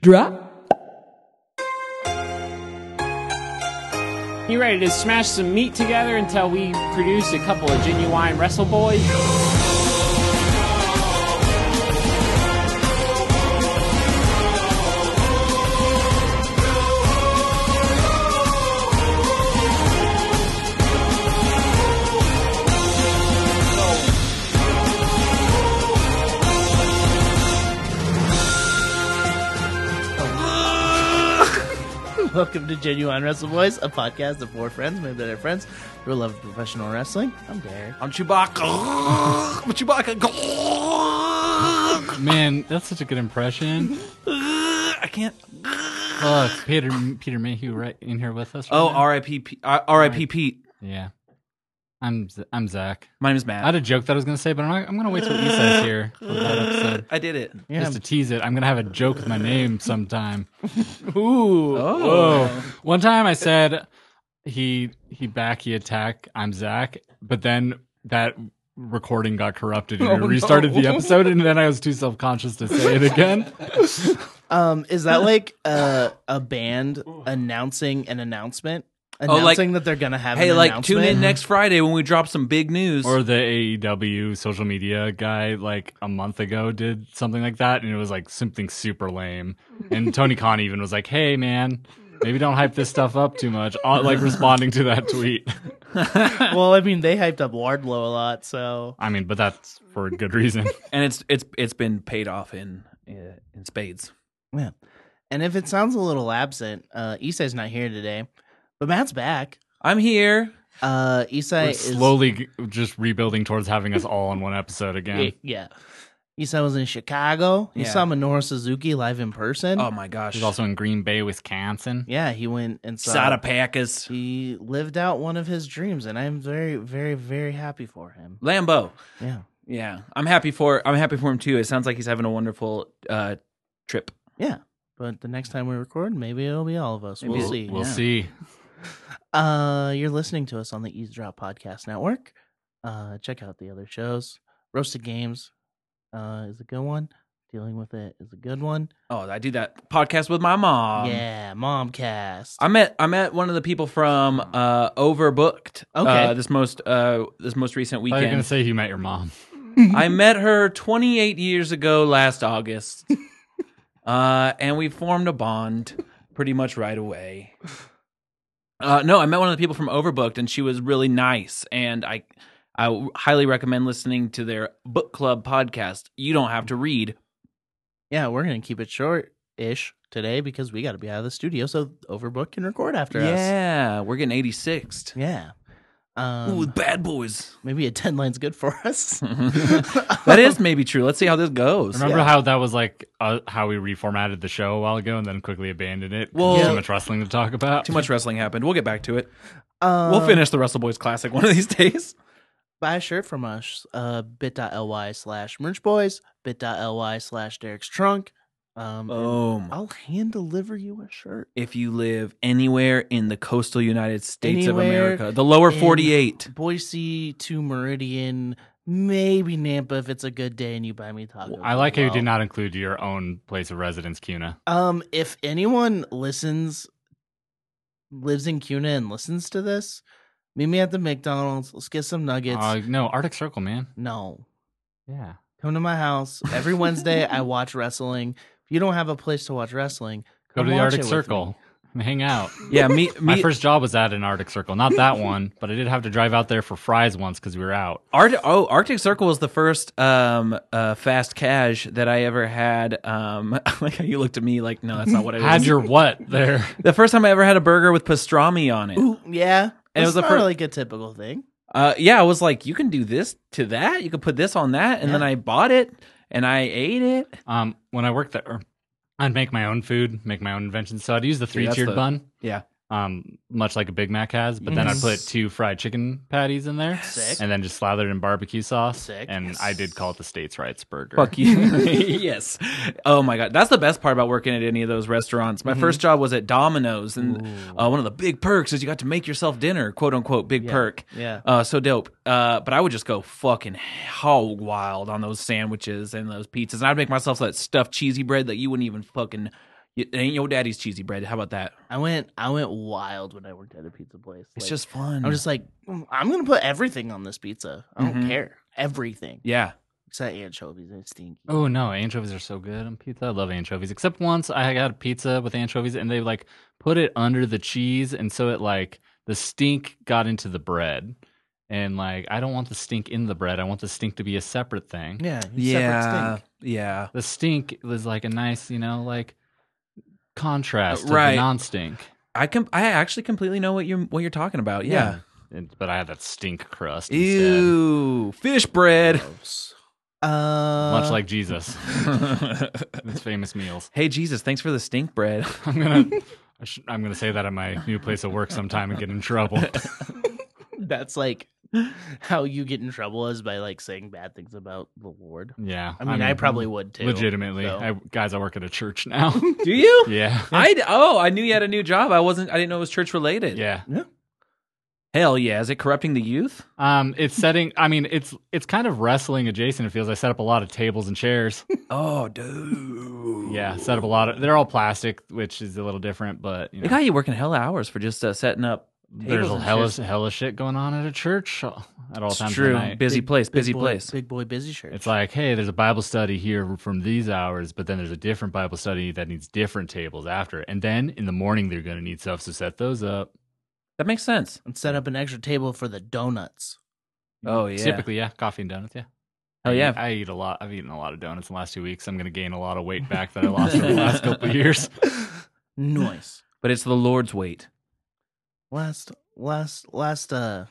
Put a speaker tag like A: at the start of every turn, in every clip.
A: Drop.
B: You ready to smash some meat together until we produce a couple of genuine wrestle boys?
C: Welcome to Genuine Wrestle Boys, a podcast of four friends made by their friends who love professional wrestling. I'm Derek.
D: I'm Chewbacca. I'm Chewbacca.
E: Man, that's such a good impression.
D: I can't.
E: Look, Peter Peter Mayhew right in here with us. Right
D: Oh,
E: now.
D: R.I.P. P- R- R.I.P. Pete.
E: yeah. I'm Z- I'm Zach.
D: My name is
E: I had
D: Matt.
E: a joke that I was gonna say, but I'm not, I'm gonna wait till Issa's here for that episode.
D: I did it.
C: Yeah.
E: Just to tease it, I'm gonna have a joke with my name sometime. Ooh,
D: Oh.
E: whoa. One time I said he he back he attack. I'm Zach, but then that recording got corrupted
D: Oh,
E: and it restarted the episode, and then I was too self conscious to say it again.
C: Um, is that like uh, a band announcing an announcement?
D: Oh, like-
C: Announcing that they're gonna have
D: Hey,
C: an
D: like,
C: announcement?
D: tune in next Friday when we drop some big news.
E: Or the AEW social media guy, like a month ago, did something like that, and it was like something super lame. And Tony Khan even was like, "Hey, man, maybe don't hype this stuff up too much." Uh, Like responding to that tweet.
C: well, I mean, they hyped up Wardlow a lot, so
E: I mean, but that's for a good reason.
D: and it's it's it's been paid off in in, in spades.
C: yeah. And if it sounds a little absent, uh, Isai's not here today, but Matt's back.
D: I'm here.
C: Uh, Isai
E: We're
C: is
E: slowly g- just rebuilding towards having us all in one episode
C: Yeah.
E: again.
C: yeah. Isai was in Chicago. He
D: Yeah.
C: saw Minoru Suzuki live in person.
D: Oh my gosh.
E: He's also in Green Bay, Wisconsin.
C: yeah, he went and saw
D: Sada Packus.
C: he lived out one of his dreams and i'm very very very happy for him
D: Lambo.
C: yeah
D: Yeah, I'm happy for I'm happy for him too. It sounds like he's having a wonderful uh trip.
C: yeah but the next time we record maybe it'll be all of us
D: Maybe
C: we'll
D: it-
C: see
E: We'll
D: Yeah.
E: see.
C: uh you're listening to us on the eavesdrop podcast network uh check out the other shows roasted games uh is a good one dealing with it is a good one
D: Oh, I do that podcast with my mom.
C: yeah momcast
D: I met I met one of the people from uh Overbooked.
C: Okay.
D: Uh, this most uh this most recent
E: I was
D: weekend.
E: gonna say you met your mom.
D: I met her 28 years ago last August. uh and we formed a bond pretty much right away. Uh no, I met one of the people from Overbooked and she was really nice and I I highly recommend listening to their book club podcast. You don't have to read,
C: yeah we're gonna keep it short ish today because we gotta be out of the studio so overbook can record after us
D: Yeah, we're getting 86th.
C: yeah um,
D: Ooh, bad boys.
C: maybe a 10 line's good for us
D: that is maybe true. Let's see how this goes.
E: Remember
C: Yeah.
E: how that was like uh, how we reformatted the show a while ago and then quickly abandoned it? 'cause
D: Well-
E: too much wrestling to talk about.
D: Too much wrestling happened. We'll get back to it.
C: Uh,
D: we'll finish the Wrestle Boys Classic one of these days.
C: Buy a shirt from us. Uh, bit.ly slash merch boys. Bit.ly slash Derek's trunk. Um, and
E: Uh,
D: Boom.
C: I'll hand deliver you a shirt.
D: If you live anywhere in the coastal United States of
C: Anywhere
D: America, the lower
C: in-
D: 48,
C: Boise to Meridian, maybe Nampa if it's a good day and you buy me tacos.
E: I like how you did
C: Well,
E: not include your own place of residence, Cuna.
C: Um, if anyone listens, lives in Cuna and listens to this, meet me at the McDonald's. Let's get some nuggets.
E: Uh, no, Arctic Circle, man.
C: no.
E: Yeah.
C: Come to my house every Wednesday. I watch wrestling. If you don't have a place to watch wrestling,
E: Go
C: come
E: to the
C: watch it
E: Arctic
C: with me.
E: Circle and hang out.
D: yeah, me,
E: My
D: me,
E: first job was at an Arctic Circle. Not that one, but I did have to drive out there for fries once because we were out.
D: Art, oh, Arctic Circle was the first um, uh, fast cash that I ever had. Um, like how you looked at me, like, no, that's not what I
E: Had
D: was.
E: your what there?
D: the first time I ever had a burger with pastrami on it.
C: Ooh, yeah.
D: And it was
C: That's
D: the
C: not
D: fir-
C: like a typical thing.
D: Uh, yeah, I was like, you can do this to that. You can put this on that, and then
C: Yeah.
D: I bought it and I ate it.
E: Um, when I worked there, I'd make my own food, make my own inventions. So I'd use the
D: Yeah,
E: three
D: that's
E: tiered
D: the-
E: bun.
D: yeah.
E: um, much like a Big Mac has. But then I put
C: Yes.
E: two fried chicken patties in there,
C: Mm-hmm. Sick.
E: and then just slathered in barbecue sauce.
C: Sick.
E: And I did call it the states' rights burger.
D: Fuck you. yes. Oh my god, that's the best part about working at any of those restaurants. My
C: Mm-hmm.
D: first job was at Domino's, and uh, one of the big perks is you got to make yourself dinner, quote unquote, big perk.
C: yeah.
D: Uh, so dope. Uh, but I would just go fucking hog wild on those sandwiches and those pizzas, and I'd make myself that stuffed cheesy bread that you wouldn't even fucking. It ain't your daddy's cheesy bread. How about that?
C: I went I went wild when I worked at a pizza place.
D: It's
C: Like,
D: just fun.
C: I'm just like "Mm, I'm gonna put everything on this pizza. I don't
D: Mhm.
C: care. Everything
D: yeah.
C: except anchovies. It's stinky.
E: Oh no, anchovies are so good on pizza. I love anchovies. Except once I got a pizza with anchovies and they like put it under the cheese and so it like the stink got into the bread. And like I don't want the stink in the bread. I want the stink to be a separate thing.
C: yeah, it's separate
D: Yeah.
C: stink.
D: Yeah.
E: The stink was like a nice, you know, like contrast
D: Uh,
E: of
D: right.
E: the non-stink.
D: I com- I actually completely know what you're what you're talking about. Yeah.
E: And- but I had that stink crust instead.
D: Ew. Fish bread.
C: Gross. Uh,
E: Much like Jesus. His famous meals.
D: hey Jesus, thanks for the stink bread.
E: I'm going to I'm going to say that at my new place of work sometime and get in trouble.
C: that's like how you get in trouble is by like saying bad things about the Lord.
E: Yeah.
C: I mean, I probably would too.
E: Legitimately,
C: so.
E: I, guys, I work at a church now.
D: Do you?
E: yeah,
D: I oh, I knew you had a new job. I wasn't I didn't know it was church related.
E: yeah.
D: Hell yeah. Is it corrupting the youth?
E: Um, it's setting. I mean, it's it's kind of wrestling adjacent. It feels. I set up a lot of tables and chairs.
D: Oh dude.
E: Yeah, set up a lot of. They're all plastic, which is a little different, but you
D: They
E: know,
D: got you working hella hours for just uh, setting up
E: there's
D: tables
E: a
D: and
E: hella
D: shit.
E: hella shit going on at a church at all
D: It's
E: times. of
D: true.
E: the night.
D: Busy
C: Big-
D: place,
C: Big
D: busy
C: boy-
D: place.
C: Big boy, busy church.
E: It's like, hey, there's a Bible study here from these hours, but then there's a different Bible study that needs different tables after. it. And then in the morning, they're going to need stuff, so set those up.
D: That makes sense.
C: and set up an extra table for the donuts.
D: Oh yeah.
E: Typically, yeah, coffee and donuts, yeah.
D: Oh
E: I eat-
D: yeah.
E: I eat a lot. I've eaten a lot of donuts in the last two weeks. I'm going to gain a lot of weight back that I lost over the last couple of years.
C: Nice.
D: But it's the Lord's weight.
C: last, last, last. Uh,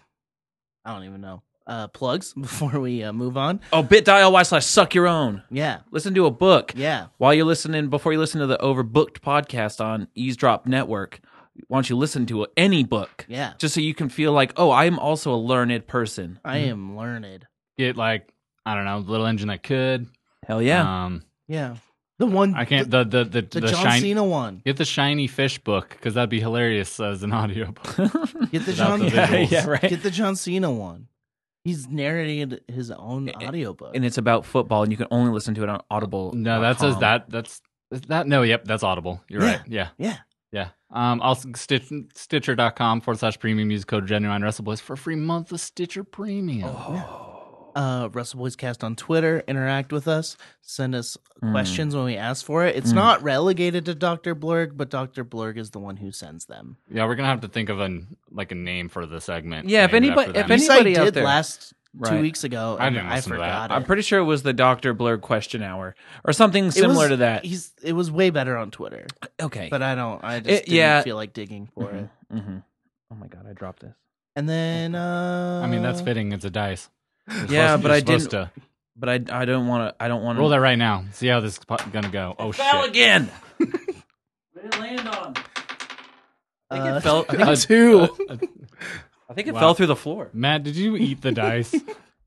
C: I don't even know. Uh, plugs before we uh, move on.
D: Oh bit.ly slash suck your own.
C: Yeah,
D: Listen to a book.
C: yeah.
D: while you're listening before you listen to the overbooked podcast on eavesdrop network why don't you listen to any book
C: Yeah.
D: just so you can feel like oh i'm also a learned person
C: I
E: Mm-hmm.
C: am learned.
E: Get like I don't know, little engine that could.
D: hell yeah
E: Um,
C: Yeah. The one
E: I can't the the the,
C: the,
E: the,
C: John
E: shiny.
C: Cena one.
E: Get the shiny fish book because that'd be hilarious as an audiobook.
C: Get the
E: Without
C: John
E: the
D: yeah,
E: visuals.
D: yeah right
C: Get the John Cena one. He's narrating his own audiobook.
D: and it's about football and you can only listen to it on audible
E: No, that
D: Uh-huh.
E: says that that's is that no, yep, that's audible. You're
C: Yeah.
E: right. Yeah.
C: Yeah.
E: Yeah. Um I'll stitch stitcher.com forward slash premium use code genuine wrestle boys for a free month of Stitcher Premium.
D: Oh.
C: uh Russell Boys Cast on Twitter. Interact with us. Send us
D: Mm.
C: questions when we ask for it. It's
D: Mm.
C: not relegated to Dr. Blurg, but Dr. Blurg is the one who sends them.
E: Yeah, we're gonna have to think of an like a name for the segment.
D: Yeah, if
E: named
D: anybody-
E: after
D: if
E: them.
C: You said
D: anybody out
C: did
D: there-
C: last two
D: Right.
C: weeks ago,
E: I
C: and
E: didn't
C: I
E: listen to that.
C: forgot
D: i'm
C: it.
D: pretty sure it was the dr blurg question hour or something
C: It was-
D: similar to that
C: He's it was way better on Twitter,
D: okay
C: but I don't. I just
D: It-
C: didn't
D: yeah.
C: feel like digging for
D: Mhm,
C: it.
D: mhm. oh my god i dropped this
C: And then, uh
E: I mean that's fitting, it's a dice. You're
D: Yeah,
E: supposed-
D: but
E: you're
D: I didn't-
E: supposed to-
D: but i i don't want to i don't want
E: roll that right now. See how this is po- gonna go. Oh shit.
D: fell again what did it land on I think
C: uh,
D: it fell. I think,
E: Uh,
C: two.
E: uh, uh,
D: I think it
E: Wow.
D: fell through the floor.
E: Matt, did you eat the dice?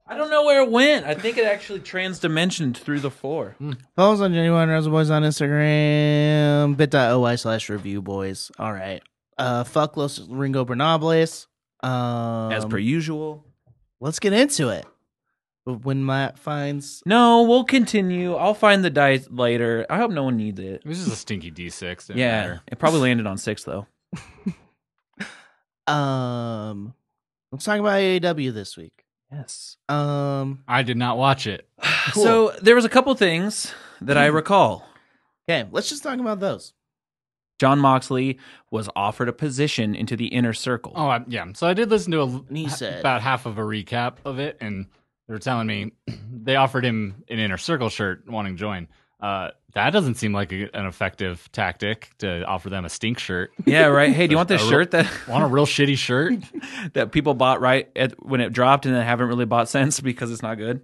D: I don't know where it went. I think it actually transdimensioned through the floor.
E: Mm,
C: Follow us on Genuine Rose Boys on Instagram, bit.ly slash review boys. All right. Uh, fuck Los Ringo Bernables. Um,
D: As per usual.
C: Let's get into it. When Matt finds.
D: No, we'll continue. I'll find the dice later. I hope no one needs it.
E: It was just a stinky D6. didn't
D: yeah.
E: matter.
D: It probably landed on six though.
C: um, Let's talk about AEW this week.
D: Yes.
C: Um,
E: I did not watch it.
D: So there was a couple things that
E: Hmm.
D: I recall.
C: okay, let's just talk about those.
D: John Moxley was offered a position into the inner circle.
E: Oh, I, yeah. So I did listen to a,
C: And he said-
E: about half of a recap of it, and they were telling me they offered him an inner circle shirt, wanting to join. Uh, that doesn't seem like a, an effective tactic to offer them a stink shirt.
D: Yeah, right. Hey, do you want
E: A
D: this
E: real-
D: shirt that
E: Want a real shitty shirt?
D: that people bought right at, when it dropped and then haven't really bought since because it's not good?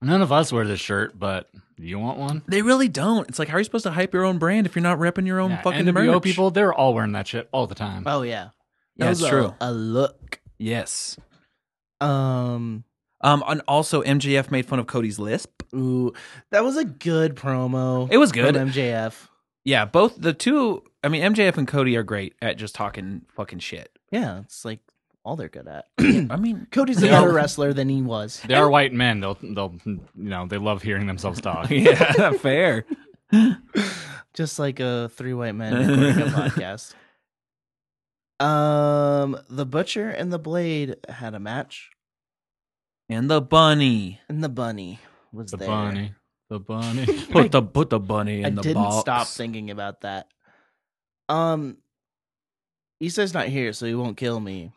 E: None of us wear this shirt, but you want one?
D: They really don't. It's like, how are you supposed to hype your own brand if you're not repping your own
E: Yeah,
D: fucking
E: NWO
D: merch?
E: people, they're all wearing that shit all the time.
C: Oh yeah,
D: Yeah, it's
C: was a-
D: true.
C: A look.
D: Yes.
C: Um,
D: Um, and also MJF made fun of Cody's lisp.
C: ooh, that was a good promo.
D: It was good.
C: From MJF.
D: Yeah, both the two. I mean, MJF and Cody are great at just talking fucking shit.
C: Yeah, it's like all they're good at.
D: I mean,
C: Cody's a
E: They are-
C: better wrestler than he was.
E: They are white men. They'll they'll you know they love hearing themselves talk.
D: yeah, fair.
C: Just like a three white men recording a podcast. Um, the butcher and the blade had a match,
D: And the bunny.
C: and the bunny was
E: The
C: there.
E: bunny, the bunny.
D: Put the put the bunny in
C: I
D: the
C: didn't
D: box.
C: stop thinking about that. Um, Issa's not here, so he won't kill me.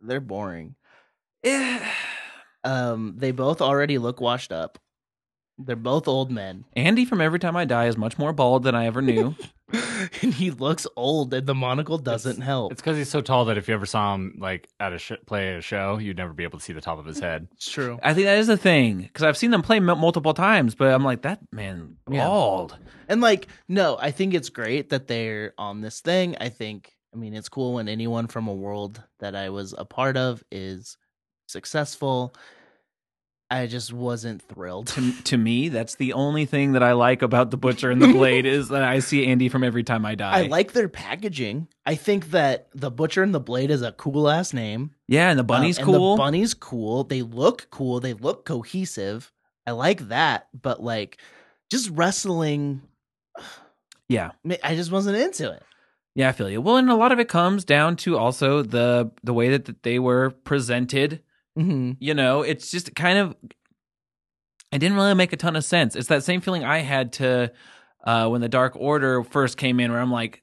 C: They're boring.
D: Eh.
C: Um, they both already look washed up. They're both old men,
D: Andy from Every Time I Die is much more bald than I ever knew.
C: and he looks old, and the monocle doesn't help.
E: It's because he's so tall that if you ever saw him like at a sh- play at a show, you'd never be able to see the top of his head.
C: It's true.
D: I think that is the thing because I've seen them play m- multiple times, but I'm like that man
C: Yeah.
D: bald.
C: And like, no, I think it's great that they're on this thing. I think, I mean, it's cool when anyone from a world that I was a part of is successful. I just wasn't thrilled.
D: To, to me, that's the only thing that I like about the Butcher and the Blade is that I see Andy from Every Time I Die.
C: I like their packaging. I think that the Butcher and the Blade is a cool ass name.
D: yeah, and the bunny's
C: Um, and
D: cool.
C: The bunny's cool. They look cool. They look cohesive. I like that. But like, just wrestling,
D: yeah,
C: ma- I just wasn't into it.
D: Yeah, I feel you. Well, and a lot of it comes down to also the the way that, that they were presented.
C: Mm-hmm.
D: You know, it's just kind of it didn't really make a ton of sense. It's that same feeling I had to uh when the Dark Order first came in where I'm like,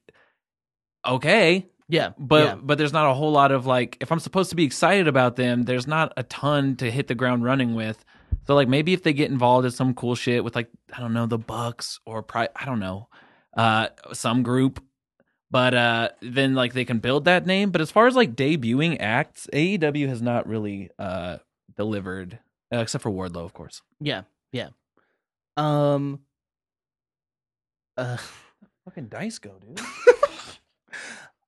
D: okay,
C: Yeah,
D: but
C: yeah.
D: but there's not a whole lot of like if I'm supposed to be excited about them, there's not a ton to hit the ground running with. So like maybe if they get involved in some cool shit with like I don't know the Bucks or pri- I don't know uh some group, but uh then like they can build that name. But as far as like debuting acts, AEW has not really uh delivered uh, except for Wardlow, of course.
C: yeah, yeah. Um. Uh,
D: Fucking dice go, dude.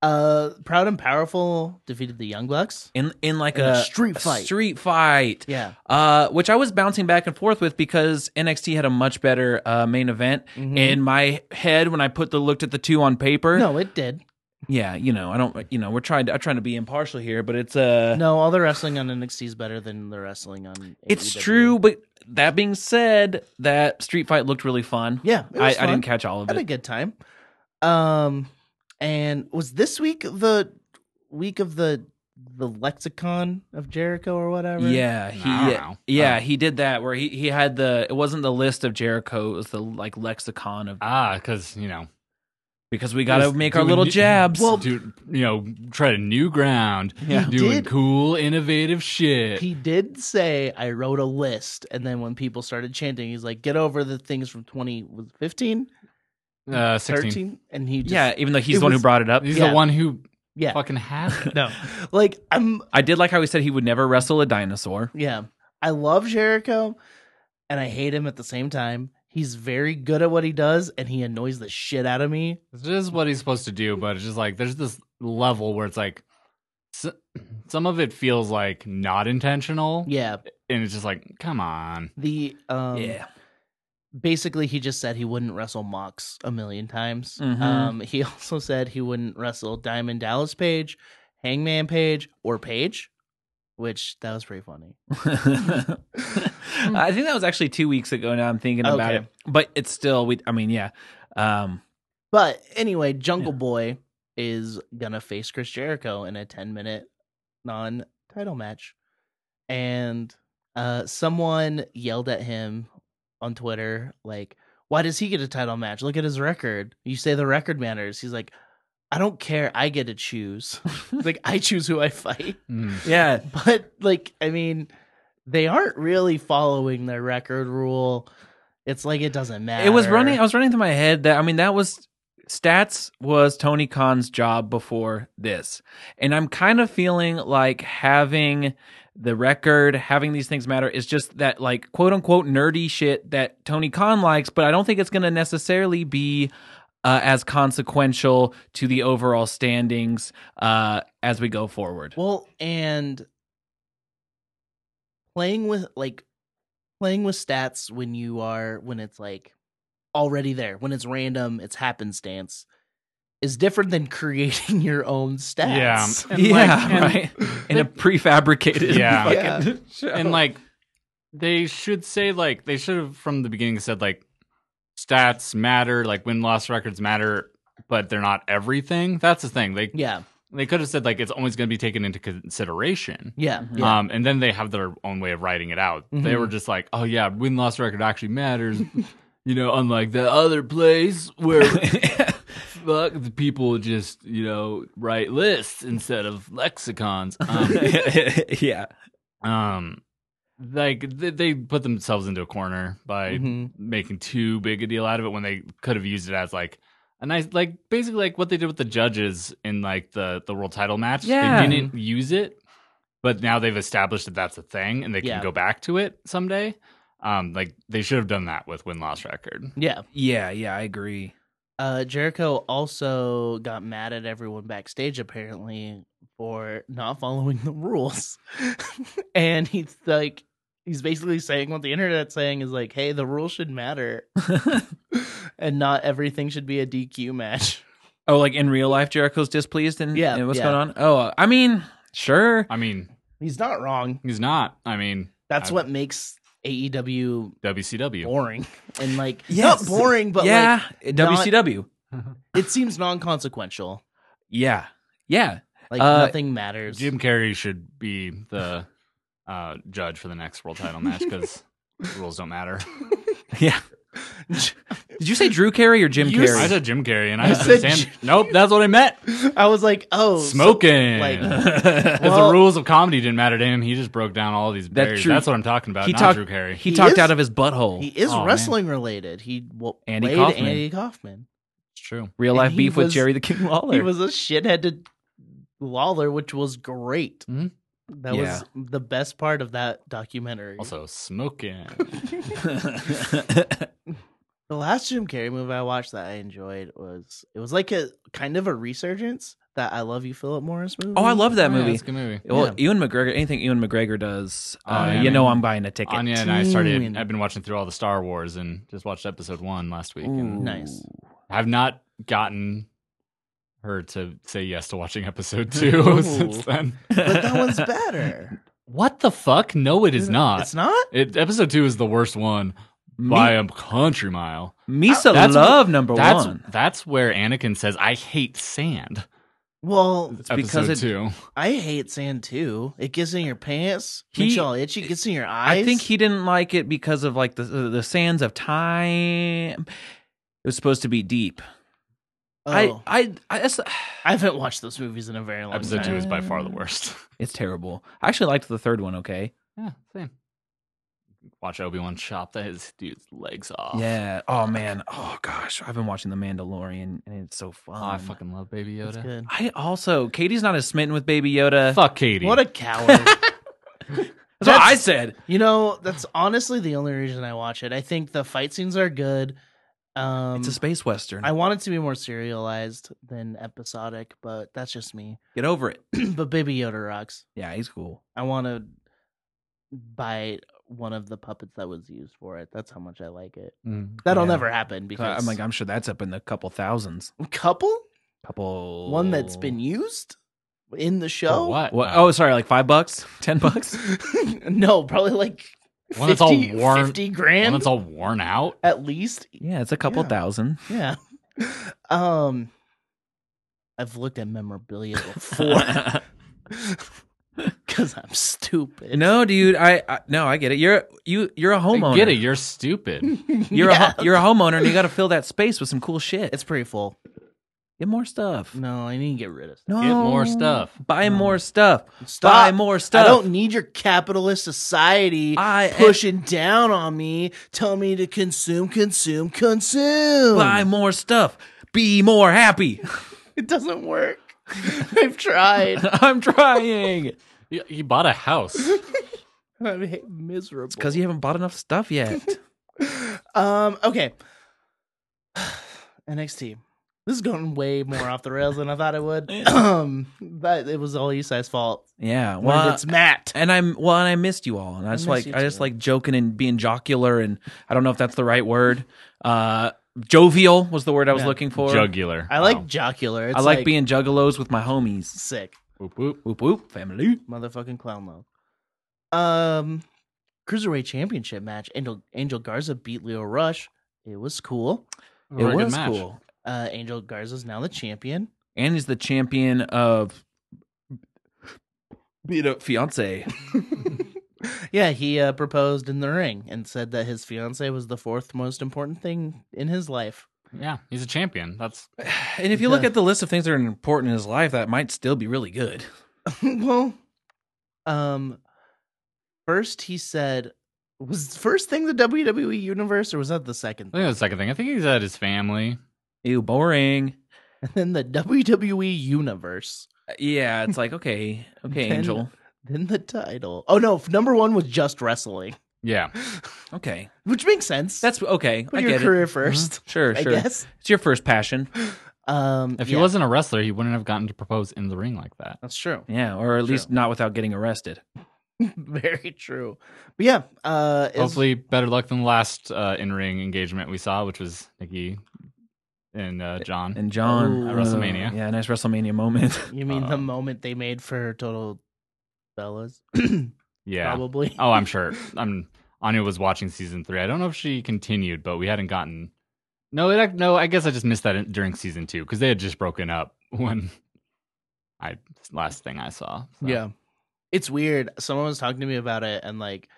C: uh, proud and powerful defeated the Young Bucks.
D: In in like
C: In
D: a,
C: a street fight.
D: street fight.
C: Yeah,
D: uh, which I was bouncing back and forth with because NXT had a much better uh, main event
C: Mhm.
D: in my head when I put the looked at the two on paper.
C: no, it did.
D: Yeah, you know, I don't, you know, we're trying to, I'm trying to be impartial here, but it's uh,
C: No, all the wrestling on NXT is better than the wrestling on. E
D: it's
C: AEW.
D: true. But that being said, that street fight looked really fun.
C: Yeah, it
D: I,
C: was
D: I
C: fun.
D: didn't catch all of
C: had a
D: it.
C: good time. Um, and was this week the week of the the lexicon of Jericho or whatever?
D: Yeah, he
E: I don't know.
D: yeah he did that where he he had the it wasn't the list of Jericho it was the like lexicon of
E: Ah, because you know,
D: because we got to
E: just
D: make our
E: doing
D: little
E: new-
D: jabs.
E: well, dude, you know, try to new ground,
D: Yeah.
C: He
E: doing
C: did.
E: cool, innovative shit.
C: He did say I wrote a list, and then when people started chanting, he's like, "Get over the things from 20 was it 15,
E: uh, sixteen.
C: 13? and he just,
D: yeah, even though he's
C: it
D: the one who
C: was-
D: brought it up.
E: He's
C: Yeah.
E: the one who
C: yeah,
E: fucking has it.
C: no, like I'm,
D: I did like how he said he would never wrestle a dinosaur.
C: yeah, I love Jericho, and I hate him at the same time. He's very good at what he does, and he annoys the shit out of me.
E: This is what he's supposed to do, but it's just like there's this level where it's like s- some of it feels like not intentional,
C: Yeah,
E: and it's just like, come on.
C: the um,
D: yeah.
C: basically he just said he wouldn't wrestle Mox a million times.
D: Mhm.
C: Um, he also said he wouldn't wrestle Diamond Dallas Page, Hangman Page, or Page, which that was pretty funny.
D: I think that was actually two weeks ago. Now I'm thinking about
C: Okay.
D: it, but it's still we. I mean, yeah. Um,
C: But anyway, Jungle Boy is gonna face Chris Jericho in a ten minute non title match, and uh, someone yelled at him on Twitter like. Why does he get a title match? Look at his record. You say the record matters. He's like, I don't care. I get to choose. It's like I choose who I fight.
E: Mm.
D: yeah,
C: But like I mean, they aren't really following their record rule. It's like it doesn't matter.
D: it was running. I was running through my head that I mean that was stats was Tony Khan's job before this. And I'm kind of feeling like having the record, having these things matter is just that like quote unquote nerdy shit that Tony Khan likes, but I don't think it's going to necessarily be uh, as consequential to the overall standings uh, as we go forward.
C: Well, and playing with like playing with stats when you are when it's like already there, when it's random, it's happenstance is different than creating your own stats.
E: Yeah. And,
D: yeah,
E: like, and-
D: right. In a prefabricated,
E: Yeah.
D: fucking show.
E: and like they should say like they should have from the beginning said like stats matter like win loss records matter but they're not everything that's the thing they
C: Yeah.
E: they could have said like it's always going to be taken into consideration
C: Yeah.
D: Mhm.
C: yeah.
E: um and then they have their own way of writing it out they
C: Mhm.
E: were just like oh yeah win loss record actually matters you know unlike the other place where fuck the people just you know write lists instead of lexicons um,
D: yeah.
E: um like they, they put themselves into a corner by
C: Mhm.
E: making too big a deal out of it when they could have used it as like a nice like basically like what they did with the judges in like the the world title match
D: Yeah.
E: they didn't use it but now they've established that that's a thing and they
C: Yeah.
E: can go back to it someday um like they should have done that with win loss record
C: Yeah.
D: Yeah, yeah, I agree.
C: Uh, Jericho also got mad at everyone backstage apparently for not following the rules, and he's like, he's basically saying what the internet's saying is like, hey, the rules should matter, and not everything should be a DQ match.
D: Oh, like in real life, Jericho's displeased and,
C: Yeah,
D: and what's
C: yeah.
D: going on? Oh, uh, I mean, sure.
E: i mean
C: He's not wrong.
E: he's not i mean
C: That's
E: I-
C: what makes AEW
E: wcw
C: boring and like
D: Yes.
C: not boring, but like
D: yeah, WCW.
C: it seems non-consequential.
D: yeah, yeah.
C: Like
D: Uh,
C: nothing matters.
E: jim carrey should be the uh judge for the next world title match because rules don't matter
D: Did you say Drew Carey or Jim
C: You
D: Carrey?
E: I said Jim Carrey, and I,
C: I
E: said
C: said
E: Sam. nope, that's what I meant.
C: I was like, oh, so-
E: Smoking.
C: like-
E: if
C: Well-
E: the rules of comedy didn't matter to him, he just broke down all these barriers.
D: true.
E: That's what I'm talking about.
D: he
E: not
D: talked.
E: Drew Carey.
D: He,
C: He
D: talked
C: is-
D: out of his butthole. Oh,
C: He is
E: Aw, man.
C: wrestling related. He well,
D: Andy
C: played
D: Kaufman.
C: Andy Kaufman.
E: it's true.
D: real life
C: and he
D: beef with
C: was-
D: Jerry the King Lawler.
C: He was a shithead to Lawler, which was great.
E: Mhm.
C: That was the best part of that documentary.
E: Also, smoking.
C: the last Jim Carrey movie I watched that I enjoyed was it was like a kind of a resurgence that I Love You Philip Morris movie.
D: oh, I love that
E: Yeah,
D: movie.
E: it's a good movie.
D: Well, Ewan McGregor, anything Ewan McGregor does,
E: Oh,
D: uh,
E: yeah,
D: you know
E: man.
D: I'm buying a ticket.
E: Anya and I started.
C: Dude.
E: I've been watching through all the Star Wars and just watched episode one last week.
D: Ooh.
E: And
C: Nice.
E: I've not gotten her to say yes to watching episode
C: Ooh.
E: two since then.
C: But that one's better.
E: What the fuck? No, it is not.
C: It's not.
E: It, episode two is the worst one by a country mile.
D: Misa
E: That's-
D: Love number
E: That's
D: one.
E: that's where Anakin says, "I hate sand."
C: Well,
E: It's
D: because
E: because
D: it-
E: episode two.
C: I hate sand too. It gets in your pants,
D: He-
C: makes you all itchy, gets in your eyes.
D: I think he didn't like it because of like the the sands of time. It was supposed to be deep.
C: Oh,
D: I I, I that's,
C: I haven't watched those movies in a very
D: Oh,
C: long
E: Episode
C: time.
E: two is by far the worst.
D: it's terrible. I actually liked the third one. Okay.
E: Yeah, same. Watch Obi Wan chop that his dude's legs off.
D: Yeah. Oh man. Oh gosh. I've been watching The Mandalorian and it's so fun.
E: Oh, I fucking love Baby
C: That's
E: Yoda.
C: good.
D: I also Katie's not as smitten with Baby Yoda.
E: Fuck Katie.
C: What a coward.
D: That's what I
C: that's-
D: said.
C: you know, that's honestly the only reason I watch it. I think the fight scenes are good. Um,
D: It's a space western.
C: I want it to be more serialized than episodic, but that's just me.
D: Get over it.
C: but Baby Yoda rocks.
D: Yeah, he's cool.
C: I want to buy one of the puppets that was used for it. That's how much I like it.
E: Mm.
C: That'll
D: Yeah.
C: never happen because
D: Uh,
E: oh
D: I'm like I'm sure that's up in the couple thousands.
C: couple
D: Couple
C: one that's been used in the show.
E: Oh. For what?
D: What? Oh, sorry. Like five bucks, ten bucks.
C: no, probably like
E: One that's all
C: 50
E: worn-
C: 50
E: One
C: grand
E: that's all worn out.
C: at least.
D: Yeah, it's a couple
C: Yeah.
D: thousand.
C: Yeah. Um I've looked at memorabilia before cuz I'm stupid.
D: No, dude, I, I no, I get it. You're you you're a homeowner.
E: I get it. You're stupid.
D: You're
C: Yeah.
D: a ho- you're a homeowner, and you got to fill that space with some cool shit.
C: It's pretty full.
D: Get more stuff.
C: No, I need to get rid of stuff.
D: No,
E: more stuff.
D: Buy more stuff.
C: Stop.
D: Buy more stuff.
C: I don't need your capitalist society
D: I am-
C: pushing down on me, telling me to consume, consume, consume.
D: buy more stuff. Be more happy.
C: It doesn't work. I've tried.
D: I'm trying.
E: He, he bought a house.
C: I'm h- miserable.
D: Because you haven't bought enough stuff yet.
C: Um. Okay. NXT. This is going way more off the rails than I thought it would. um, but it was all Isai's fault.
D: yeah.
C: What if
D: Well,
C: it's Matt?
D: and I'm well, and I missed you all, and I just like
C: miss you
D: I just
C: too.
D: like joking and being jocular, and I don't know if that's the right word. Uh, jovial was the word I was
C: Yeah.
D: looking for.
E: Jugular.
C: I like
E: Wow.
C: jocular. It's
D: I like, being juggalos with my homies.
C: sick,
E: Whoop, whoop.
D: Whoop whoop, family.
C: motherfucking clown love. Um, cruiserweight championship match. Angel Angel Garza beat Leo Rush. It was cool.
D: It
E: Very good
D: was
E: match.
D: cool.
C: Uh, Angel Garza's now the champion.
D: And he's the champion of beat up fiance.
C: Yeah, he uh, proposed in the ring and said that his fiance was the fourth most important thing in his life.
E: Yeah, he's a champion. That's
D: And if you look at the list of things that are important in his life, that might still be really good.
C: well, um, first he said was the first thing the WWE universe, or was that the second?
E: I think that's the second thing. I think he's at his family.
D: Ew, boring. Uh,
C: And then the WWE universe,
D: Yeah, it's like okay, okay,
C: Then-
D: Angel.
C: then the title. Oh no, f- number one was just wrestling,
E: Yeah.
D: Okay,
C: which makes sense.
D: that's okay.
C: put
D: I
C: your
D: get
C: career
D: it.
C: 1st
D: Sure,
C: I
D: sure.
C: guess.
D: It's your first passion.
C: Um,
E: If
C: yeah,
E: he wasn't a wrestler, he wouldn't have gotten to propose in the ring like that.
C: that's true.
D: Yeah, or at
C: True.
D: least not without getting arrested.
C: Very true. But yeah, uh, is-
E: Hopefully, better luck than the last uh, in ring engagement we saw, which was Nikki and uh, John.
D: And John
C: Ooh.
E: At WrestleMania.
D: yeah, nice WrestleMania moment.
C: you mean the
E: uh,
C: moment they made for Total Bellas?
E: yeah.
C: Probably.
E: Oh, I'm sure. I'm Anya was watching season three. I don't know if she continued, but we hadn't gotten. No, it, act- no. I guess I just missed that in, during season two because they had just broken up when I last thing I saw. so.
C: Yeah. It's weird. Someone was talking to me about it and like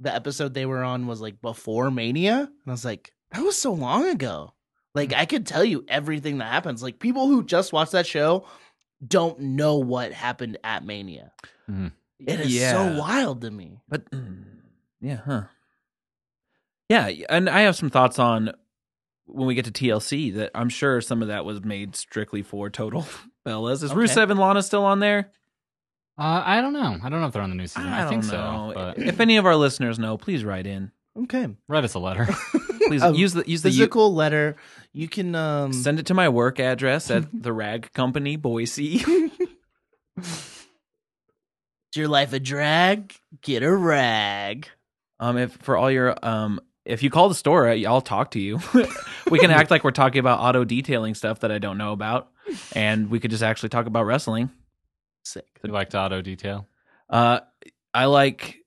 C: the episode they were on was like before Mania. And I was like, that was so long ago. Like I could tell you everything that happens. Like people who just watch that show don't know what happened at Mania.
E: Mhm.
C: It is
D: Yeah.
C: so wild to me.
D: But yeah, huh? Yeah, and I have some thoughts on when we get to TLC that I'm sure some of that was made strictly for Total Bellas. Is
C: Okay.
D: Rusev and Lana still on there?
E: Uh, I don't know. I don't know if they're on the new season. I, think so. But
D: If any of our listeners know, please write in.
C: Okay.
E: write us a letter.
D: Please
C: A
D: use the use the u-
C: physical letter. You can um
D: send it to my work address at the Rag Company, Boise.
C: Is your life a drag? Get a rag.
D: um, if for all your um, if you call the store, I- I'll talk to you. we can act like we're talking about auto detailing stuff that I don't know about, and we could just actually talk about wrestling.
C: Sick.
E: Would you like to auto detail?
D: Uh, I like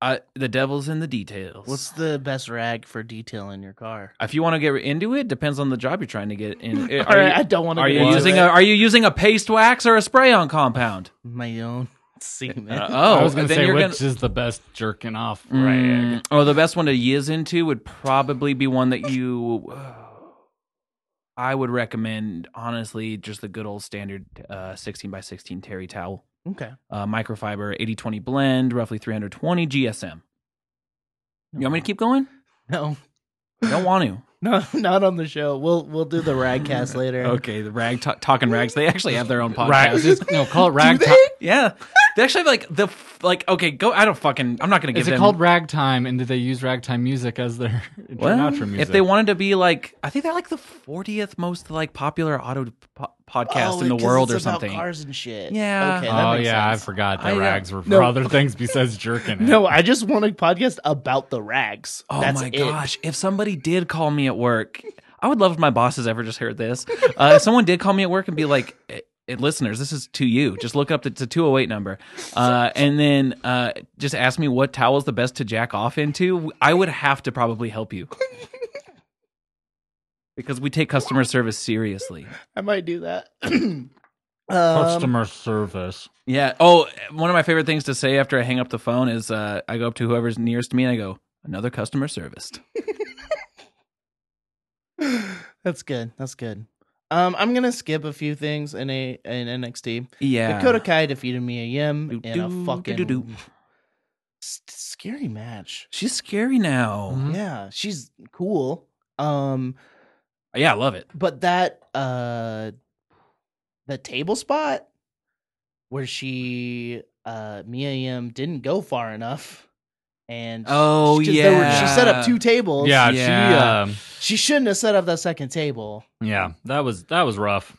D: I, the devil's in the details.
C: What's the best rag for detailing your car?
D: if you want to get into it, depends on the job you're trying to get in. Eh, Are
C: All right, I
D: you,
C: don't want to.
D: are
C: get
D: you
C: into
D: using
C: it.
D: a Are you using a paste wax or a spray on compound?
C: my own semen?
D: Uh,
C: Uh,
D: oh,
E: I was gonna
D: then
E: say
D: you're
E: which
D: gonna.
E: is the best jerking off rag.
D: Mm, oh, the best one to yiz into would probably be one that you. I would recommend, honestly, just the good old standard uh, 16 by 16 terry towel,
C: okay,
D: uh, microfiber 80-20 blend, roughly 320 GSM. You want me
C: Mm.
D: to keep going?
C: no,
D: I don't want to.
C: no, not on the show. We'll we'll do the ragcast later.
D: Okay, the rag t- talking rags. They actually have their own podcast.
E: Rag, just, no, call it rag.
C: they?
E: time.
D: Yeah, they actually have like the f- like. Okay, go. I don't fucking. I'm not gonna give
E: Is it
D: them.
E: called ragtime? And did they use ragtime music as their intro
D: Well,
E: and outro music?
D: if they wanted to be like, I think they're like the 40th most like popular auto po- podcast
C: Oh,
D: in the
C: 'cause
D: world
C: it's
D: or
C: about
D: something.
C: Cars and shit.
D: Yeah.
C: Okay. That
E: Oh
C: makes
E: yeah,
C: sense.
E: I forgot that
D: I, uh,
E: rags were for
C: no.
E: other things besides jerking. It.
C: No, I just want a podcast about the rags.
D: Oh
C: That's
D: my
C: it.
D: gosh! If somebody did call me at work, I would love if my bosses ever just heard this. Uh, if someone did call me at work and be like, eh, eh, "Listeners, this is to you. Just look up the, it's a 208 number, uh, and then uh, just ask me what towel's the best to jack off into." I would have to probably help you because we take customer service seriously.
C: I might do that. um,
E: Customer service.
D: Yeah. Oh, one of my favorite things to say after I hang up the phone is uh, I go up to whoever's nearest to me and I go, "Another customer serviced."
C: Um, that's good. That's good. Um, I'm gonna skip a few things in a in NXT.
D: Yeah.
C: Dakota Kai defeated Mia
D: Do-
C: Yim in
D: do-
C: a fucking
D: do- do.
C: s- scary
D: Mm-hmm.
C: match.
D: Hmm? She's scary now.
E: Mhm.
C: Yeah, she's cool. Um
D: Yeah, I love it.
C: But that uh the table spot where she uh Mia Yim didn't go far enough and
D: Oh,
C: she, there were- she
D: yeah.
C: set up two tables.
E: Yeah,
D: Yeah.
C: uh,
E: she. Um,
C: She shouldn't have set up that second table.
E: yeah, that was that was rough.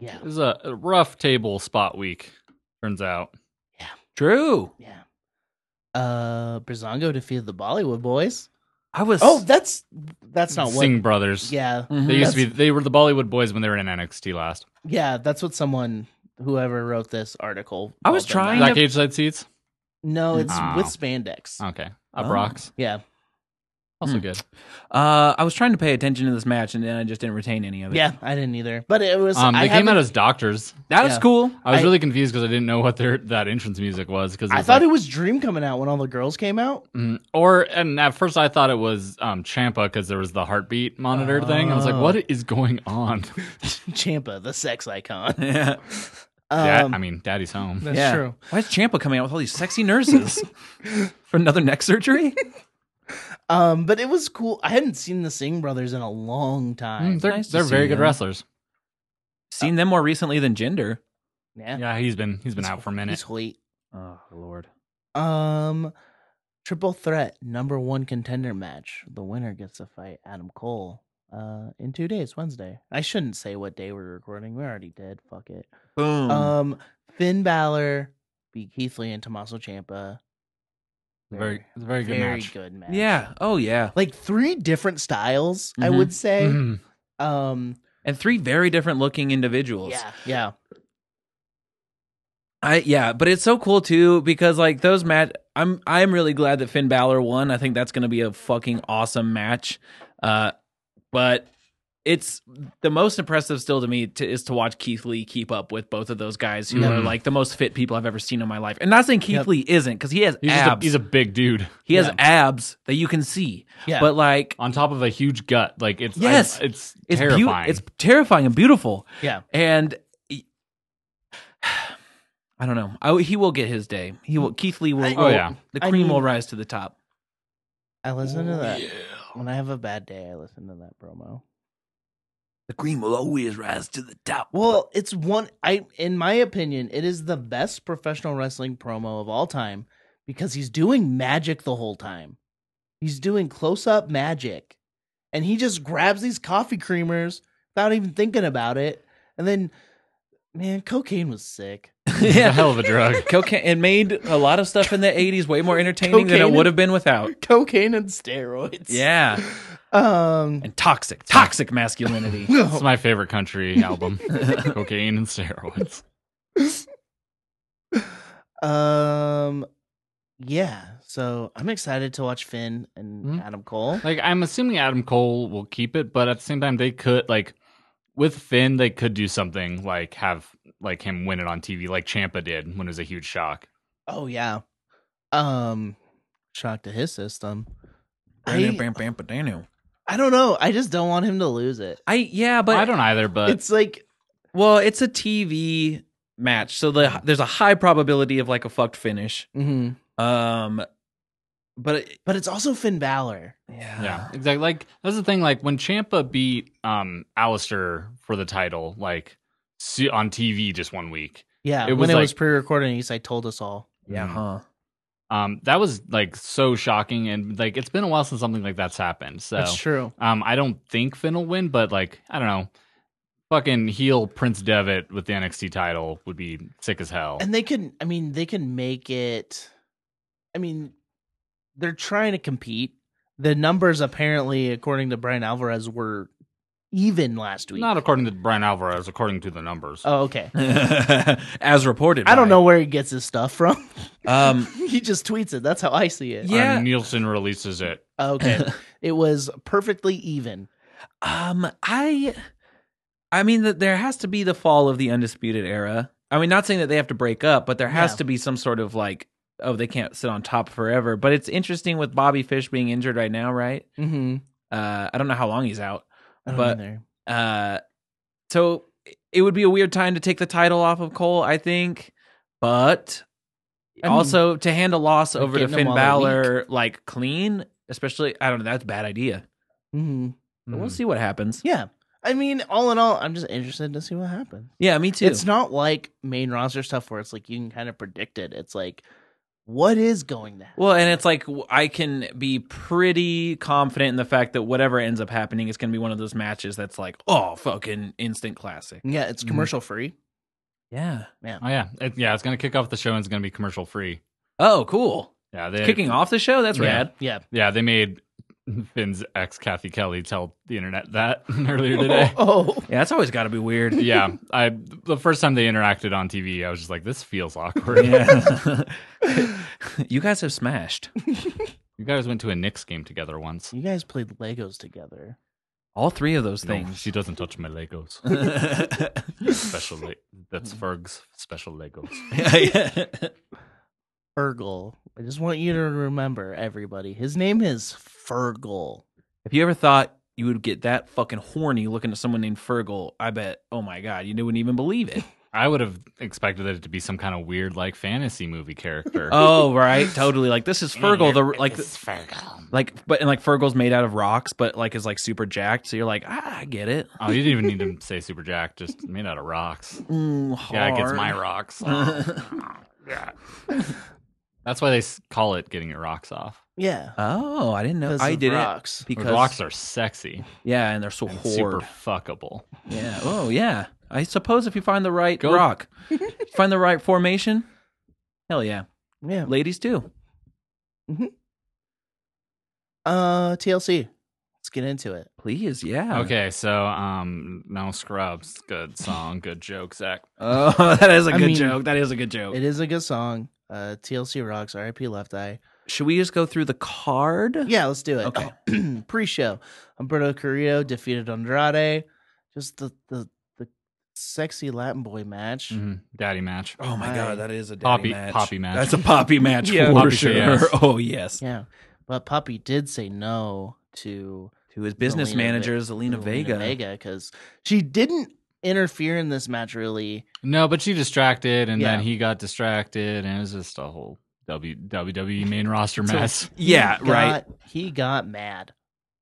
C: Yeah.
E: It was a, a rough table spot week. Turns out.
D: True.
C: Yeah. Uh Brizongo defeated the Bollywood boys.
D: I was.
C: Oh, that's that's not
E: Singh
C: what
E: brothers.
C: Yeah.
D: Mhm.
E: They used to
C: That's-
E: be. They were the Bollywood boys when they were in NXT last.
C: Yeah, that's what someone whoever wrote this article.
D: I was
C: called them.
D: trying- Kind
E: Black
D: of-
E: cage side seats.
C: No, it's
E: Oh.
C: with spandex.
E: Okay. Up
D: Oh.
E: rocks.
C: Yeah.
E: Also
D: Hmm.
E: good.
D: Uh, I was trying to pay attention to this match, and then I just didn't retain any of it.
C: Yeah, I didn't either. But it was
E: Um, they
C: I
E: came
C: haven't-
E: out as doctors.
D: that was
C: Yeah.
D: cool.
E: I was
C: I-
E: really confused because I didn't know what their that entrance music was. Because
C: I thought it was Dream coming out when all the girls came out.
E: Mm, or and at first I thought it was um Champa because there was the heartbeat monitor thing. I was like,
C: Oh.
E: what is going on?
C: Champa, the sex icon.
D: Yeah.
C: Um,
E: Dad- I mean, Daddy's home.
C: that's
D: Yeah.
C: true.
D: Why is Champa coming out with all these sexy nurses for another neck surgery?
C: Um, but it was cool. I hadn't seen the Singh brothers in a long time.
E: Mm, they're
D: nice to
E: they're
D: see
E: very good
D: them.
E: wrestlers.
D: Seen them more recently than Gender.
C: Yeah,
E: Yeah, he's been he's been out for a minute.
C: he's Hoyt.
D: Oh Lord.
C: Um, triple threat number one contender match. The winner gets to fight Adam Cole. Uh, in two days, Wednesday. I shouldn't say what day we're recording. We already did. Fuck it.
E: Hmm.
D: Boom.
C: Um, Finn Balor beat Keith Lee and Tommaso Champa.
E: Very it's a very good
C: very
E: match.
C: good match.
D: yeah. Oh yeah.
C: like three different styles i
D: Mhm.
C: would say
E: Mhm.
C: um
D: And three very different looking individuals.
C: yeah yeah
D: I yeah, but it's so cool too because like those match I'm I'm really glad that Finn Balor won. I think that's going to be a fucking awesome match. Uh but it's the most impressive still to me to, is to watch Keith Lee keep up with both of those guys who
E: Yeah.
D: are like the most fit people I've ever seen in my life. And not saying Keith
C: Yep.
D: Lee isn't because he has
E: He's just a,
D: abs.
E: he's a big dude
D: he has
C: yeah.
D: abs that you can see.
C: yeah
D: But like
E: on top of a huge gut. Like it's I-
D: Yes.
E: it's
D: it's beau-
E: terrifying.
D: it's terrifying and beautiful.
C: yeah
D: and he- I don't know. I, he will get his day. He will. Keith Lee will.
C: I-
E: Oh,
D: will-
E: yeah.
D: the
C: I
D: cream will
C: mean-
D: rise to the top.
C: i listen to that when i have a bad day i listen to that promo
D: The cream will always rise to the top.
C: well it's one i in my opinion it is the best professional wrestling promo of all time because he's doing magic the whole time he's doing close-up magic and he just grabs these coffee creamers without even thinking about it and then man cocaine was sick
E: It's a hell of a drug.
D: cocaine. It made a lot of stuff in the '80s way more entertaining than it
C: Cocaine
D: would have been without.
C: cocaine and steroids
D: Yeah,
C: um
D: and toxic, toxic masculinity.
E: It's my favorite country album. Cocaine and steroids.
C: Um, yeah. So I'm excited to watch Finn and
D: Mm-hmm.
E: Mhm.
C: Adam Cole.
E: Like I'm assuming Adam Cole will keep it, but at the same time they could like with Finn they could do something like have like him win it on TV like Champa did when it was a huge shock.
C: Oh yeah. Um, shock to his system. I,
D: I,
C: I don't know. I just don't want him to lose it.
D: I yeah, but
E: I don't either, but
C: it's like
D: well, it's a TV match, so the, there's a high probability of like a fucked finish.
C: mhm.
D: Um, but it,
C: but it's also Finn Balor.
D: yeah,
E: yeah, exactly. Like that's the thing like when Champa beat um Alistair for the title like su- on TV just one week. Mm-hmm.
C: Yeah.
E: It
C: when
E: was
C: it
E: like-
C: was pre-recorded, he's like told us all.
D: yeah,
C: Hmm.
D: huh.
E: Um that was like so shocking and like it's been a while since something like that's happened. So
C: That's true.
E: Um, I don't think Finn will win, but like I don't know, fucking heel Prince Devitt with the NXT title would be sick as hell.
C: And they can. I mean, they can make it. I mean, they're trying to compete. The numbers apparently, according to Brian Alvarez, were even last week.
E: Not according to Brian Alvarez, according to the numbers.
C: Oh, okay.
D: as reported.
C: I don't
D: by-
C: know where he gets his stuff from.
D: Um,
C: he just tweets it. That's how I see it.
D: Yeah.
E: Um, Nielsen releases it.
C: Okay. it was perfectly even.
D: um, I, I mean that there has to be the fall of the undisputed era. I mean, not saying that they have to break up, but there has
C: Yeah.
D: to be some sort of like, oh, they can't sit on top forever. But it's interesting with Bobby Fish being injured right now, right?
C: Mm-hmm.
D: Uh, I don't know how long he's out.
C: I don't
D: But-
C: either.
D: Uh, so it would be a weird time to take the title off of Cole, I think. But
C: I mean,
D: also to hand a loss
C: they're
D: over to
C: getting
D: Finn
C: them while they're
D: Balor
C: mm-hmm.
E: Mm.
D: like clean, especially I don't know, that's a bad idea. But We'll see what happens.
C: Yeah. I mean, all in all, I'm just interested to see what happens.
D: Yeah, me too.
C: It's not like main roster stuff where it's like you can kind of predict it. It's like, what is going to happen?
D: Well, and it's like w- I can be pretty confident in the fact that whatever ends up happening is going to be one of those matches that's like, oh, fucking instant classic.
C: yeah, it's
E: Mhm.
C: commercial free.
D: Yeah.
E: Oh yeah, it, yeah. It's gonna kick off the show and it's gonna be commercial free.
D: Oh, cool.
E: Yeah, they
D: Kicking off the show? That's
E: Yeah.
D: rad.
C: Yeah.
E: Yeah, they made Finn's ex Kathy Kelly tell the internet that earlier today.
C: Oh,
D: Yeah, that's always got to be weird.
E: yeah, I the first time they interacted on TV, I was just like, this feels awkward.
D: Yeah. you guys have smashed.
E: You guys went to a Knicks game together once.
C: you guys played Legos together.
D: All three of those
E: No,
D: things.
E: she doesn't touch my Legos. special, le- that's Ferg's special Legos.
C: Fergal. I just want you to remember, everybody. His name is Fergal.
D: If you ever thought you would get that fucking horny looking at someone named Fergal, I bet, oh my God, you wouldn't even believe it.
E: I would have expected it to be some kind of weird, like fantasy movie character.
D: oh, right. Totally. Like, this is Fergal. The, like, the-
E: Fergal.
D: like but and like Fergal's made out of rocks, but like is like super jacked. So you're like, ah, I get it.
E: Oh, you didn't even need to say Super Jack. Just made out of rocks.
D: Mm,
E: Yeah, it gets
D: hard.
E: my rocks. yeah. That's why they s- call it getting your rocks off.
C: Yeah.
D: Oh, I didn't know.
C: 'Cause
D: I
C: of
D: didn't
C: rocks.
E: Because
D: because
E: rocks are sexy
D: yeah, and they're so
E: and
D: hard.
E: super fuckable.
D: Yeah. Oh, yeah. I suppose if you find the right
E: Go-
D: rock, find the right formation. Hell yeah,
C: Yeah.
D: ladies too.
C: Uh, TLC. Let's get into it.
D: Please, yeah.
E: Okay, so um, no scrubs. Good song. Good joke, Zach.
D: Oh, that is a
C: I
D: good
C: mean-
D: joke. That is a good joke.
C: It is a good song. Uh, TLC rocks. R.I.P. Left Eye.
D: Should we just go through the card?
C: Yeah, let's do it.
D: Okay.
C: Pre-show. Humberto Carrillo defeated Andrade. Just the the the sexy Latin boy match.
D: Mm-hmm.
E: Mhm. Daddy match.
D: Oh my
C: Hi.
D: god, that is a daddy
E: Poppy-
D: match.
E: poppy match.
D: That's a poppy match
E: Yeah.
D: for
E: Poppy
D: sure.
E: match.
D: Oh yes.
C: Yeah, but Poppy did say no to
D: To his business
C: Zelina
D: manager,
C: Ve-
D: Zelina,
C: Zelina
D: Vega.
C: Vega because she didn't interfere in this match really.
E: No, but she distracted, and then
C: Yeah.
E: he got distracted, and it was just a whole w- WWE main roster
C: So-
E: mess.
D: Yeah,
C: He
D: Uh, right.
C: got- He got mad,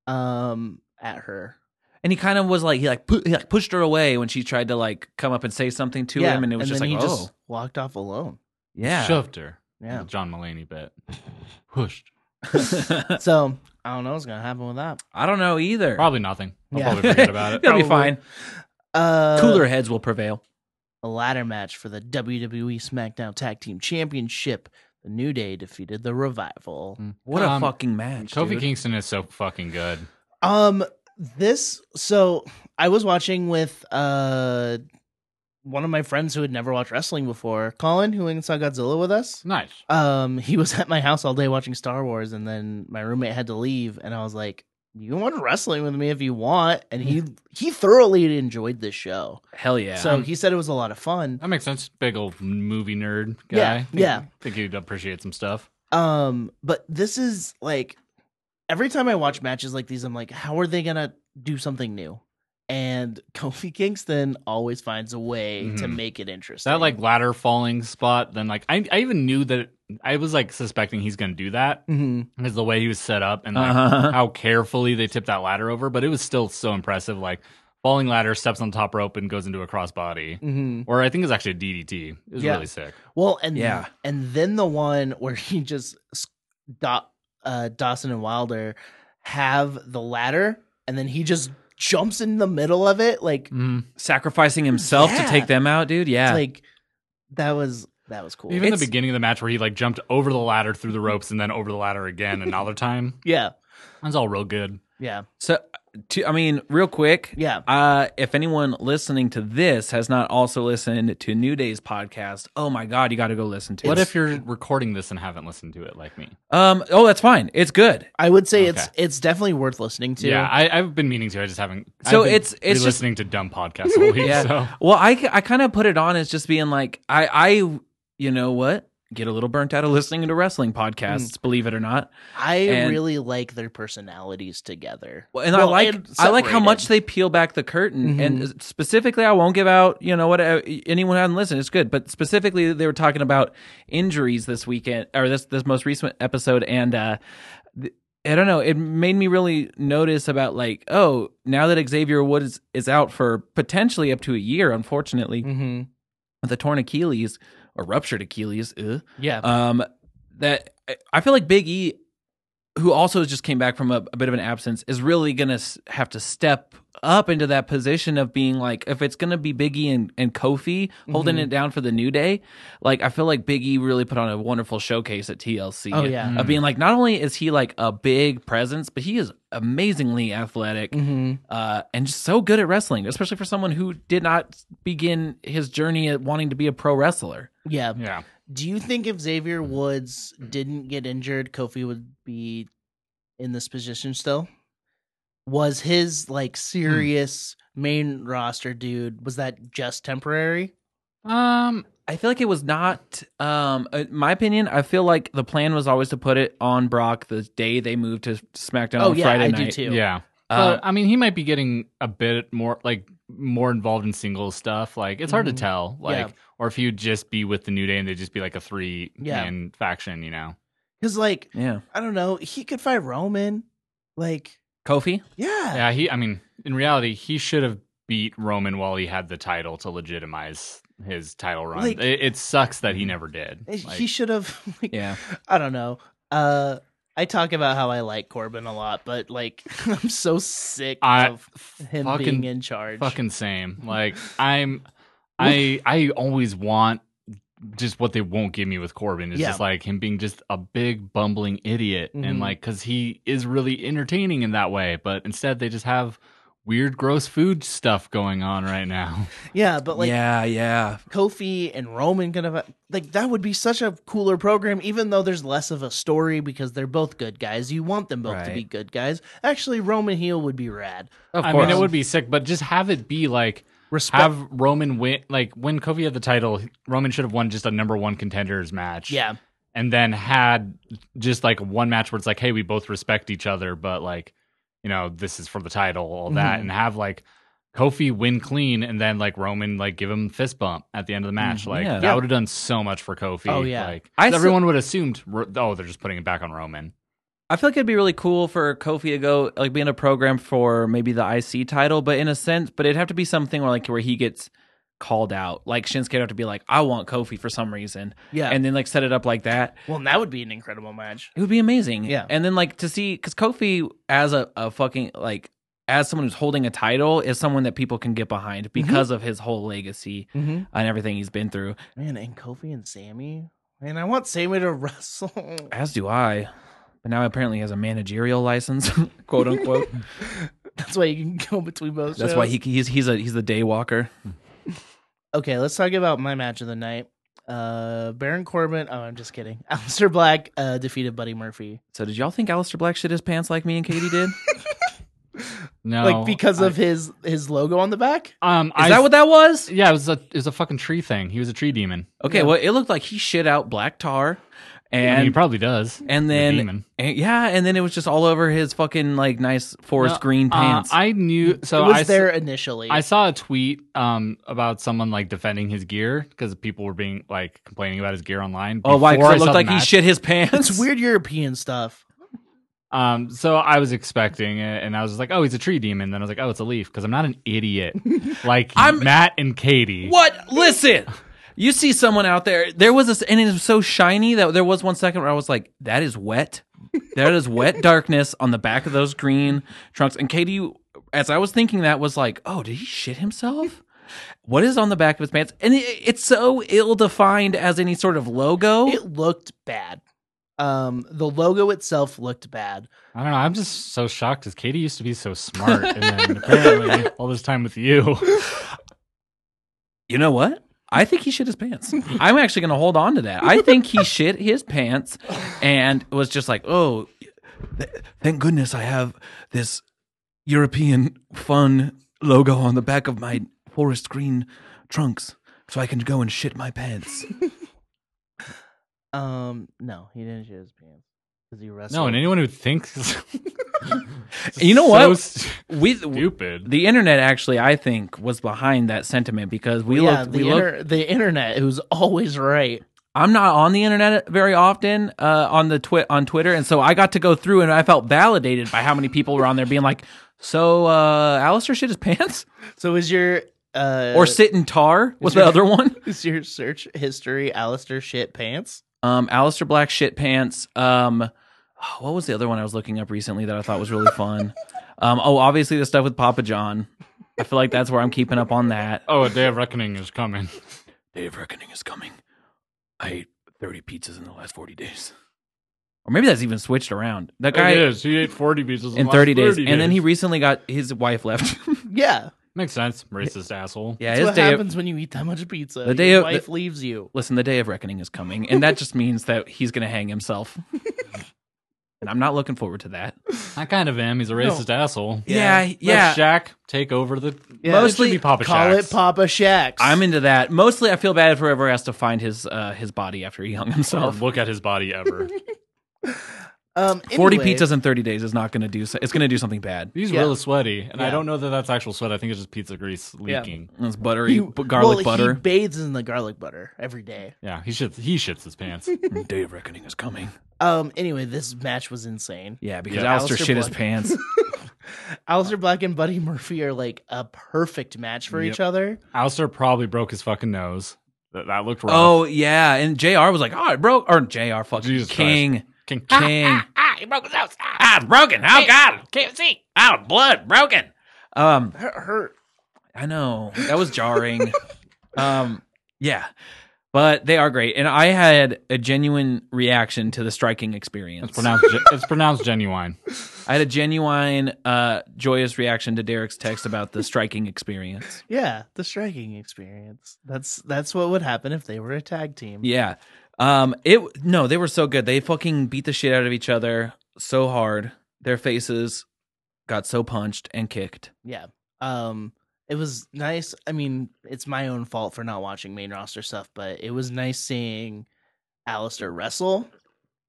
C: um, at her.
D: And he kind of was like he like pu- he like pushed her away when she tried to like come up and say something to him, and it was just
C: then
D: like, oh,
C: he just walked off alone.
D: yeah,
E: Shoved her.
C: Yeah.
E: The John Mulaney bit. Pushed.
C: So I don't know what's gonna happen with that.
D: I don't know either.
E: Probably nothing. I'll
C: Yeah.
E: probably forget about it.
D: It'll be
C: Probably.
D: fine.
C: Uh,
D: Cooler heads will prevail.
C: a ladder match for the WWE SmackDown Tag Team Championship. The New Day defeated the Revival.
E: Mm.
D: What a
E: Um,
D: fucking match,
E: Kofi
D: dude.
E: Kingston is so fucking good.
C: Um, this so I was watching with uh one of my friends who had never watched wrestling before, Colin, who went and saw Godzilla with us.
E: Nice.
C: Um, he was at my house all day watching Star Wars, and then my roommate had to leave, and I was like, "You can watch wrestling with me if you want." And he he thoroughly enjoyed this show,
D: Hell yeah.
E: Um,
C: so he said it was a lot of fun.
E: That makes sense. Big old movie nerd guy.
C: Yeah,
E: Think-
C: yeah.
E: Think he'd appreciate some stuff.
C: Um, but this is like every time I watch matches like these, I'm like, how are they gonna do something new? And Kofi Kingston always finds a way to
E: Mhm.
C: make it interesting.
E: That like ladder falling spot. Then like I, I even knew that I was like suspecting he's gonna do that
C: Mhm.
E: because the way he was set up and like
D: Uh-huh.
E: how carefully they tipped that ladder over. But it was still so impressive. Like falling ladder steps on top rope and goes into a crossbody.
C: Mhm.
E: Or I think it was actually a DDT. It was
C: Yeah.
E: really sick.
C: Well, and
D: Yeah.
C: and then the one where he just s- Do, uh, Dawson and Wilder have the ladder, and then he just jumps in the middle of it, like
D: Mm-hmm. Sacrificing himself to
C: Yeah.
D: take them out, dude. Yeah.
C: like that was that was cool.
E: Even
D: It's-
E: the beginning of the match where he like jumped over the ladder through the ropes and then over the ladder again another time.
C: yeah,
E: That's all real good.
C: yeah,
D: so, to, I mean, real quick.
C: yeah.
D: Uh, if anyone listening to this has not also listened to New Day's podcast, oh my god, you got to go listen to.
E: What
D: it.
E: if you're recording this and haven't listened to it like me?
D: Um. Oh, that's fine. It's good.
C: I would say
E: Okay.
C: it's it's definitely worth listening to.
E: Yeah, I, I've been meaning to. I just haven't.
D: So
E: I've been
D: it's- it's just-
E: listening to dumb podcasts all week.
D: Yeah.
E: So
D: Well, I, I kind of put it on as just being like I I you know what get a little burnt out of listening to wrestling podcasts,
E: Mm.
D: believe it or not.
C: I
D: And-
C: really like their personalities together.
D: Well, and I
C: Well,
D: like
C: and
D: I like how much
C: separated. Mm-hmm.
D: they peel back the curtain. And specifically, I won't give out you know what uh, anyone hadn't listened. It's good, but specifically they were talking about injuries this weekend or this this most recent episode and. uh th- I don't know. It made me really notice about like, oh, now that Xavier Woods is out for potentially up to a year, unfortunately,
C: Mm-hmm.
D: with a torn Achilles or ruptured Achilles, ugh,
C: Yeah.
D: um, that I- I feel like Big E, who also just came back from a, a bit of an absence, is really gonna s- have to step up into that position of being like, if it's gonna be Big E and, and Kofi holding
C: Mhm.
D: it down for the New Day, like I feel like Big E really put on a wonderful showcase at TLC
C: oh yeah.
D: of being like not only is he like a big presence but he is amazingly athletic
C: Mm-hmm.
D: uh, and just so good at wrestling especially for someone who did not begin his journey at wanting to be a pro wrestler
C: Yeah.
E: Yeah.
C: Do you think if Xavier Woods didn't get injured, Kofi would be in this position still? Was his like serious main roster dude was that just temporary?
E: Um.
D: i feel like it was not um uh, my opinion i feel like the plan was always to put it on brock the day they moved to smackdown
C: oh
D: on
C: yeah,
D: friday
C: I
D: night
C: do too.
E: Yeah.
D: Uh,
E: but I mean, he might be getting a bit more like more involved in singles stuff. Like it's hard
C: Mhm.
E: to tell. Like,
C: Yeah.
E: or if you'd just be with the New Day and they'd just be like a three
C: Yeah.
E: man faction, you know?
C: Cuz like
D: yeah
C: I don't know, he could fight Roman like
D: kofi
C: yeah.
E: Yeah. He. I mean, in reality, he should have beat Roman while he had the title to legitimize his title run.
C: Like- Mm-hmm.
E: it, it sucks that he never did. Like,
C: he should have like,
D: yeah
C: I don't know. Uh I talk about how I like Corbin a lot, but like I'm so sick
E: I-
C: of him
E: fucking-
C: being in charge.
E: Fucking same. Like I'm I I always want just what they won't give me with Corbin is
C: Yeah.
E: just like him being just a big bumbling idiot
C: Mhm.
E: and like cuz he is really entertaining in that way, but instead they just have weird gross food stuff going on right now.
C: yeah, but like
D: yeah yeah
C: Kofi and Roman gonna fi- like that would be such a cooler program, even though there's less of a story because they're both good guys. You want them both to
D: Right.
C: be good guys. Actually, Roman heel would be rad.
D: of
E: I
D: course
E: mean it would be sick, but just have it be like
C: Respect.
E: have Roman win like when Kofi had the title, Roman should have won just a number 1 contenders match.
C: yeah,
E: and then had just like one match where it's like, hey, we both respect each other, but like, you know, this is for the title, all that,
D: Mm-hmm.
C: Mhm.
E: and have like Kofi win clean and then like Roman like give him fist bump at the end of the match.
D: Mhm.
E: Like
D: Yeah.
E: that would have done so much for Kofi.
C: Oh, yeah.
E: Like
D: I still-
E: everyone would have assumed Ro- oh, they're just putting it back on Roman.
D: I feel like it'd be really cool for Kofi to go like be in a program for maybe the IC title, but in a sense, but it'd have to be something where like where he gets called out. Like Shinsuke would have to be like, I want Kofi for some reason.
C: yeah.
D: And then like set it up like that.
C: well, that would be an incredible match.
D: It would be amazing.
C: Yeah.
D: And then like to see because Kofi as a, a fucking like as someone who's holding a title is someone that people can get behind
E: Mm-hmm.
D: because of his whole legacy
C: Mm-hmm.
D: and everything he's been through.
C: Man, and Kofi and Sammy. Man, I want Sammy to wrestle.
D: As do I. But now apparently he has a managerial license, quote unquote.
C: That's why you can go between both.
D: That's why
C: shows.
D: he he's he's a he's the day walker.
C: Okay, let's talk about my match of the night. Uh, Baron Corbin. Oh, I'm just kidding. Alistair Black uh, defeated Buddy Murphy.
D: So did y'all think Alistair Black shit his pants like me and Katie did? Is
E: No,
C: like because
E: I-
C: of his his logo on the back.
E: um, I,
D: that what that was?
E: yeah, it was a it was a fucking tree thing. He was a tree demon.
D: Okay,
C: Yeah.
D: well it looked like he shit out black tar
E: I mean,
D: and
E: he probably does.
D: and
E: The
D: then
E: demon.
D: and- yeah, and then it was just all over his fucking like nice forest
E: No,
D: green
E: Uh,
D: pants.
E: I knew so
C: it was
E: I s-
C: there initially.
E: I saw a tweet um, about someone like defending his gear because people were being like complaining about his gear online.
D: oh why? Because
E: before I
D: it
E: saw
D: looked
E: the
D: like he
E: match.
D: shit his pants.
C: it's weird European stuff.
E: Um, so I was expecting it, and I was just like, "Oh, he's a tree demon." Then I was like, "Oh, it's a leaf," because I'm not an idiot like
D: I'm-
E: Matt and Katie.
D: What? Listen. You see someone out there. There was this, and it was so shiny that there was one second where I was like, "That is wet. That is wet darkness on the back of those green trunks." And Katie, as I was thinking that, was like, "Oh, did he shit himself? What is on the back of his pants?" And it, it's so ill defined as any sort of
E: Oh.
D: logo.
C: It looked bad. Um, the logo itself looked bad.
E: I don't know. I'm just so shocked because Katie used to be so smart, and then apparently all this time with you.
D: you know what? I think he shit his pants. I'm actually going to hold on to that. I think he shit his pants and was just like, oh, th- thank goodness I have this European fun logo on the back of my forest green trunks so I can go and shit my pants.
C: Um, no, he didn't shit his pants because he wrestled.
E: No, and anyone who thinks
D: You know
E: so
D: what?
E: st-
D: We,
E: stupid.
D: the internet actually, I think, was behind that sentiment because we
C: yeah,
D: looked,
C: the
D: we looked,
C: inter- the internet who's always right.
D: I'm not on the internet very often uh, on the twi- on Twitter, and so I got to go through and I felt validated by how many people were on there being like, "So, uh, Alistair shit his pants
C: So is your uh
D: or sit in tar?" Was
C: there-
D: the other one?
C: is your search history Alistair shit pants?
D: Um, Alistair Black shit pants. Um, oh, what was the other one I was looking up recently that I thought was really fun? um, oh, obviously the stuff with Papa John. I feel like that's where I'm keeping up on that.
E: Oh, a day of reckoning is coming.
D: Day of reckoning is coming. I ate 30 pizzas in the last 40 days. Or maybe that's even switched around. That guy
E: it is. He ate forty pizzas in,
D: in
E: the last
D: 30 days.
E: 30
D: And then he recently got his wife left.
C: Yeah.
E: makes sense. Racist asshole.
D: yeah,
C: That's
D: his
C: what
D: day of,
C: happens when you eat that much pizza.
D: The day
C: your
D: of-
C: wife leaves you.
D: listen, the day of reckoning is coming. And that just means that he's going to hang himself. and I'm not looking forward to that.
E: I kind of am. He's a racist asshole.
D: Yeah, yeah.
E: Let Shaq take over the.
C: Yeah.
E: it
D: Mostly-
E: should be Papa
C: Call
E: Shaq's.
C: it Papa Shacks.
D: I'm into that. Mostly, I feel bad for whoever has to find his uh, his body after he hung
E: Or
D: himself.
E: look at his body ever.
C: um,
D: Forty
C: anyway,
D: pizzas in thirty days is not going to do. So, it's going to do something bad.
E: He's
C: Yeah.
E: really sweaty, and
C: Yeah.
E: I don't know that that's actual sweat. I think it's just pizza grease
C: Yeah.
E: leaking.
D: It's buttery
C: he-
D: b- garlic
C: well,
D: butter.
C: He bathes in the garlic butter every day.
E: Yeah, he shits. He shits his pants.
D: Day of Reckoning is coming.
C: Um. Anyway, this match was insane.
D: Yeah, because
E: Yeah.
D: Alistair,
C: Alistair
D: shit his
C: Black.
D: pants.
C: Alistair Black and Buddy Murphy are like a perfect match for
E: Yep.
C: each other.
E: Alistair probably broke his fucking nose. That, that looked rough.
D: oh yeah, and Jr. was like, "Oh, it broke." Or Jr. Fucking
E: Jesus
D: King,
E: King.
D: King. Ah, he broke his nose. Ah, it's broken. Oh God, can't see. Oh, blood broken. Um,
C: Hurt. hurt.
D: I know that was jarring. um, yeah, but they are great, and I had a genuine reaction to the striking experience.
E: It's pronounced. ge- it's pronounced genuine.
D: I had a genuine, uh, joyous reaction to Derek's text about the striking experience.
C: Yeah, the striking experience. That's that's what would happen if they were a tag team.
D: Yeah. Um it no, they were so good. They fucking beat the shit out of each other so hard. Their faces got so punched and kicked.
C: Yeah. Um it was nice. I mean, it's my own fault for not watching main roster stuff, but it was nice seeing Alistair wrestle.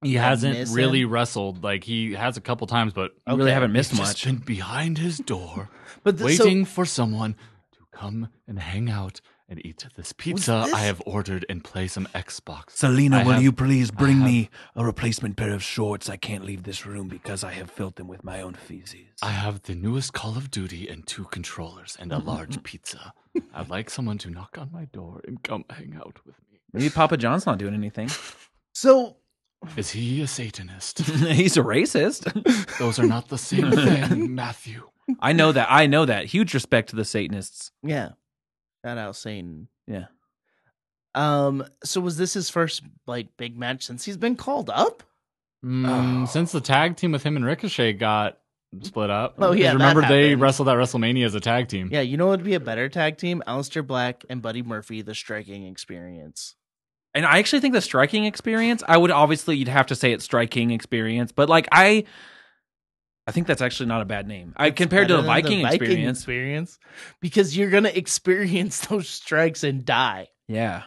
E: He
C: I
E: hasn't
C: miss
E: really
C: him.
E: wrestled. Like he has a couple times, but
D: I really
C: Okay.
D: haven't missed
E: He's
D: much.
E: been behind his door,
C: But the,
E: waiting for someone to come and hang out and eat this pizza
C: this-
E: I have ordered and play some Xbox.
D: Selena,
E: I will have- you
D: please
E: bring have- me
D: a replacement pair of shorts? I can't leave this room because I have filled them with my own feces.
E: I have the newest Call of Duty and two controllers and a
C: Mm-hmm.
E: large pizza. I'd like someone to knock on my door and come hang out with me.
D: Maybe Papa John's not doing anything.
C: so,
E: Is he a Satanist?
D: He's a racist.
E: Those are not the same thing, Matthew.
D: I know that. I know that. Huge respect to the Satanists.
C: so yeah. Shout out Satan.
D: Yeah.
C: Um so was this his first like big match since he's been called up? Oh.
E: Mm, Since the tag team with him and Ricochet got split up,
C: Oh, yeah,
E: 'Cause remember
C: that
E: they
C: happened.
E: wrestled at WrestleMania as a tag team.
C: Yeah, you know what would be a better tag team? Alistair Black and Buddy Murphy, the striking experience.
D: and I actually think the striking experience, I would obviously you'd have to say it's striking experience, but like I I think that's actually not a bad name. I compared to the
C: Better than
D: Viking, experience.
C: experience. Because you're gonna experience those strikes and die.
D: Yeah.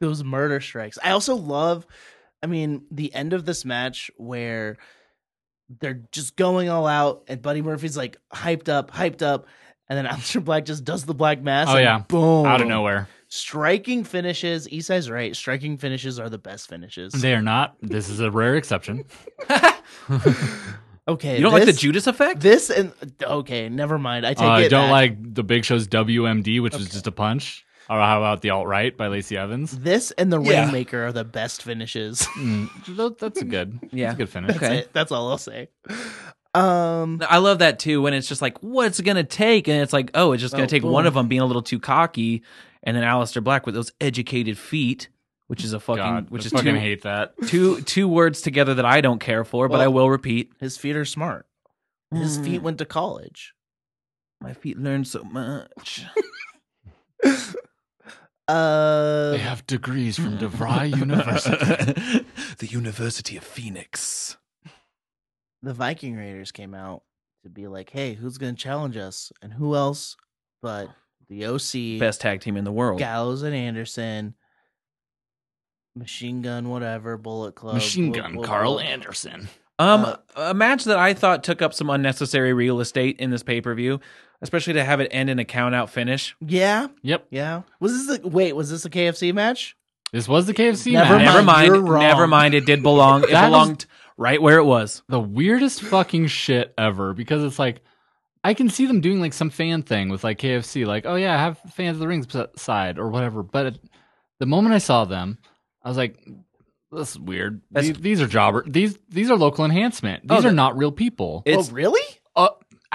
C: those murder strikes. I also love, I mean, the end of this match where they're just going all out, and Buddy Murphy's like hyped up, hyped up, and then Alistair Black just does the black mass.
E: Oh,
C: and
E: yeah.
C: boom!
E: Out of nowhere.
C: striking finishes. Isai's right. Striking finishes are the best finishes.
E: They are not. This is a rare exception.
C: okay,
D: You don't like the
C: this-
D: Judas effect?
C: This and okay, never mind. I take
E: Uh, I
C: it.
E: don't
C: back.
E: like the Big Show's WMD, which was just a punch. Or how about the alt right by Lacey Evans?
C: this and the
D: Yeah.
C: Rainmaker are the best finishes.
E: Mm, that- that's a good,
D: Yeah.
E: that's a good finish.
D: Okay.
C: That's it. That's all I'll say. Um,
D: I love that too when it's just like what's it gonna take and it's like oh it's just gonna
C: Oh,
D: take
C: boom.
D: one of them being a little too cocky and then Alistair Black with those educated feet which is a fucking
E: God,
D: which
E: I
D: is
E: fucking
D: two,
E: hate that.
D: two two words together that I don't care for but
C: Well-
D: I will repeat
C: his feet are smart. His
D: Mm.
C: feet went to college.
D: my feet learn so much
E: They
C: Uh,
E: have degrees from DeVry University.
D: the University of Phoenix.
C: the Viking Raiders came out to be like, "Hey, who's going to challenge us? And who else but
E: Oh.
C: the OC,
D: Best tag team in the world.
C: Gallows and Anderson, Machine Gun, whatever, Bullet Club,
E: Machine
C: blah,
E: Gun
C: blah,
E: Carl
C: blah.
E: Anderson.
D: Um,
C: Uh,
D: a match that I thought took up some unnecessary real estate in this pay per view, especially to have it end in a count out finish.
C: Yeah,
E: Yep.
C: yeah. Was this the wait? Was this a KFC match?
E: This was the KFC
C: Never
E: match.
C: mind,
D: Never mind.
C: you're wrong.
D: Never mind. It did belong. It
E: That was-
D: belonged right where it was.
E: the weirdest fucking shit ever because it's like I can see them doing like some fan thing with like KFC, like oh yeah, have fans of the rings s- side or whatever. But it, the moment I saw them, I was like, this is weird.
D: That's-
E: these, these are jobber. These these are local enhancement.
D: Oh,
E: These are
D: the-
E: not real people.
D: It's
C: oh, really?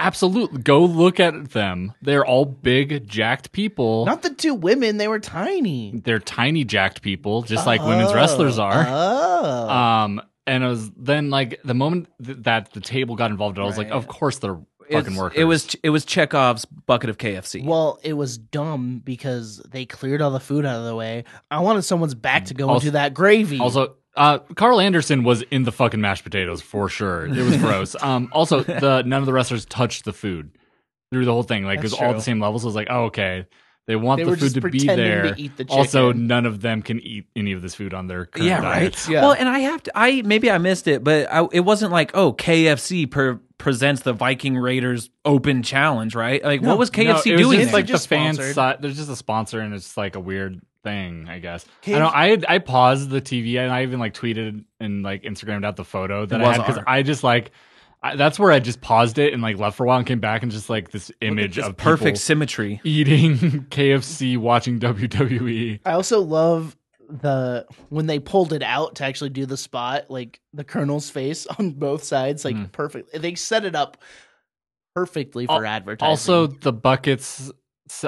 E: Absolutely, go look at them. They're all big jacked people.
C: Not the two women. They were tiny.
E: They're tiny jacked people, just like women's wrestlers are.
C: Oh.
E: Um, and it was then like the moment th- that the table got involved, I was like,
C: Right.
E: of course they're fucking
D: it's,
E: workers.
D: it was it was Chekhov's bucket of KFC.
C: well, it was dumb because they cleared all the food out of the way. I wanted someone's back to go
E: Also-
C: into that gravy.
E: also. Uh, Carl Anderson was in the fucking mashed potatoes for sure. It was gross. um, also the none of the wrestlers touched the food through the whole thing. Like
C: That's
E: it was all
C: true.
E: the same levels. I was like, oh okay, they want
C: They
E: the
C: were
E: food
C: just
E: to be
C: pretending
E: there.
C: to eat the chicken.
E: also, none of them can eat any of this food on their current
D: yeah,
E: diets.
D: right.
C: Yeah.
D: Well, and I have to. I maybe I missed it, but I, it wasn't like oh KFC per, presents the Viking Raiders Open Challenge, right? Like what was KFC
E: no, it was
D: doing?
E: Just,
D: there?
E: like
C: Just
E: the fan
C: sponsored.
E: side. There's just a sponsor, and it's like a weird thing, I guess.
C: KFC
E: I know. I had, I paused the TV, and I even like tweeted and like Instagrammed out the photo that I
D: was
E: had because
D: hard.
E: I just like I, that's where I just paused it and like left for a while and came back and just like this image
D: It's
E: of
D: perfect
E: people
D: symmetry.
E: eating KFC, watching E. WWE.
C: I also love the when they pulled it out to actually do the spot, like the colonel's face on both sides,
D: Hmm.
C: like
E: Mm.
C: perfect. They set it up perfectly for advertising.
E: Also, the buckets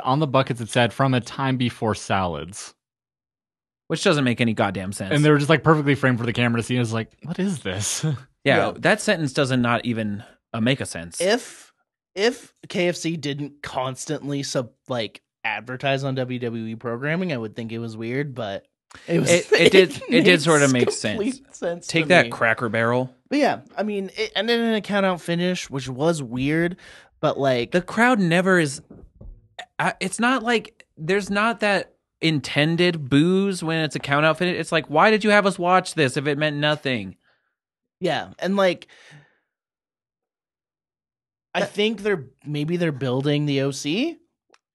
E: on the buckets it said from a time before salads,
D: which doesn't make any goddamn sense.
E: and they were just like perfectly framed for the camera to see. I was like, what is this?
D: yeah,
C: yeah.
D: that sentence doesn't not even uh, make a sense.
C: if if KFC didn't constantly sub like advertise on WWE programming, I would think it was weird, but it was
D: It- it did- it did
C: makes
D: sorta make sense.
C: complete sense to
D: Take that,
C: me.
D: Cracker Barrel.
C: But yeah, I mean, it ended in a count out finish, which was weird, but like
D: The crowd never is. I- It's not like there's not that intended booze when it's a count out finish. It's like, why did you have us watch this if it meant nothing?
C: Yeah, and like I think they're maybe they're building the OC.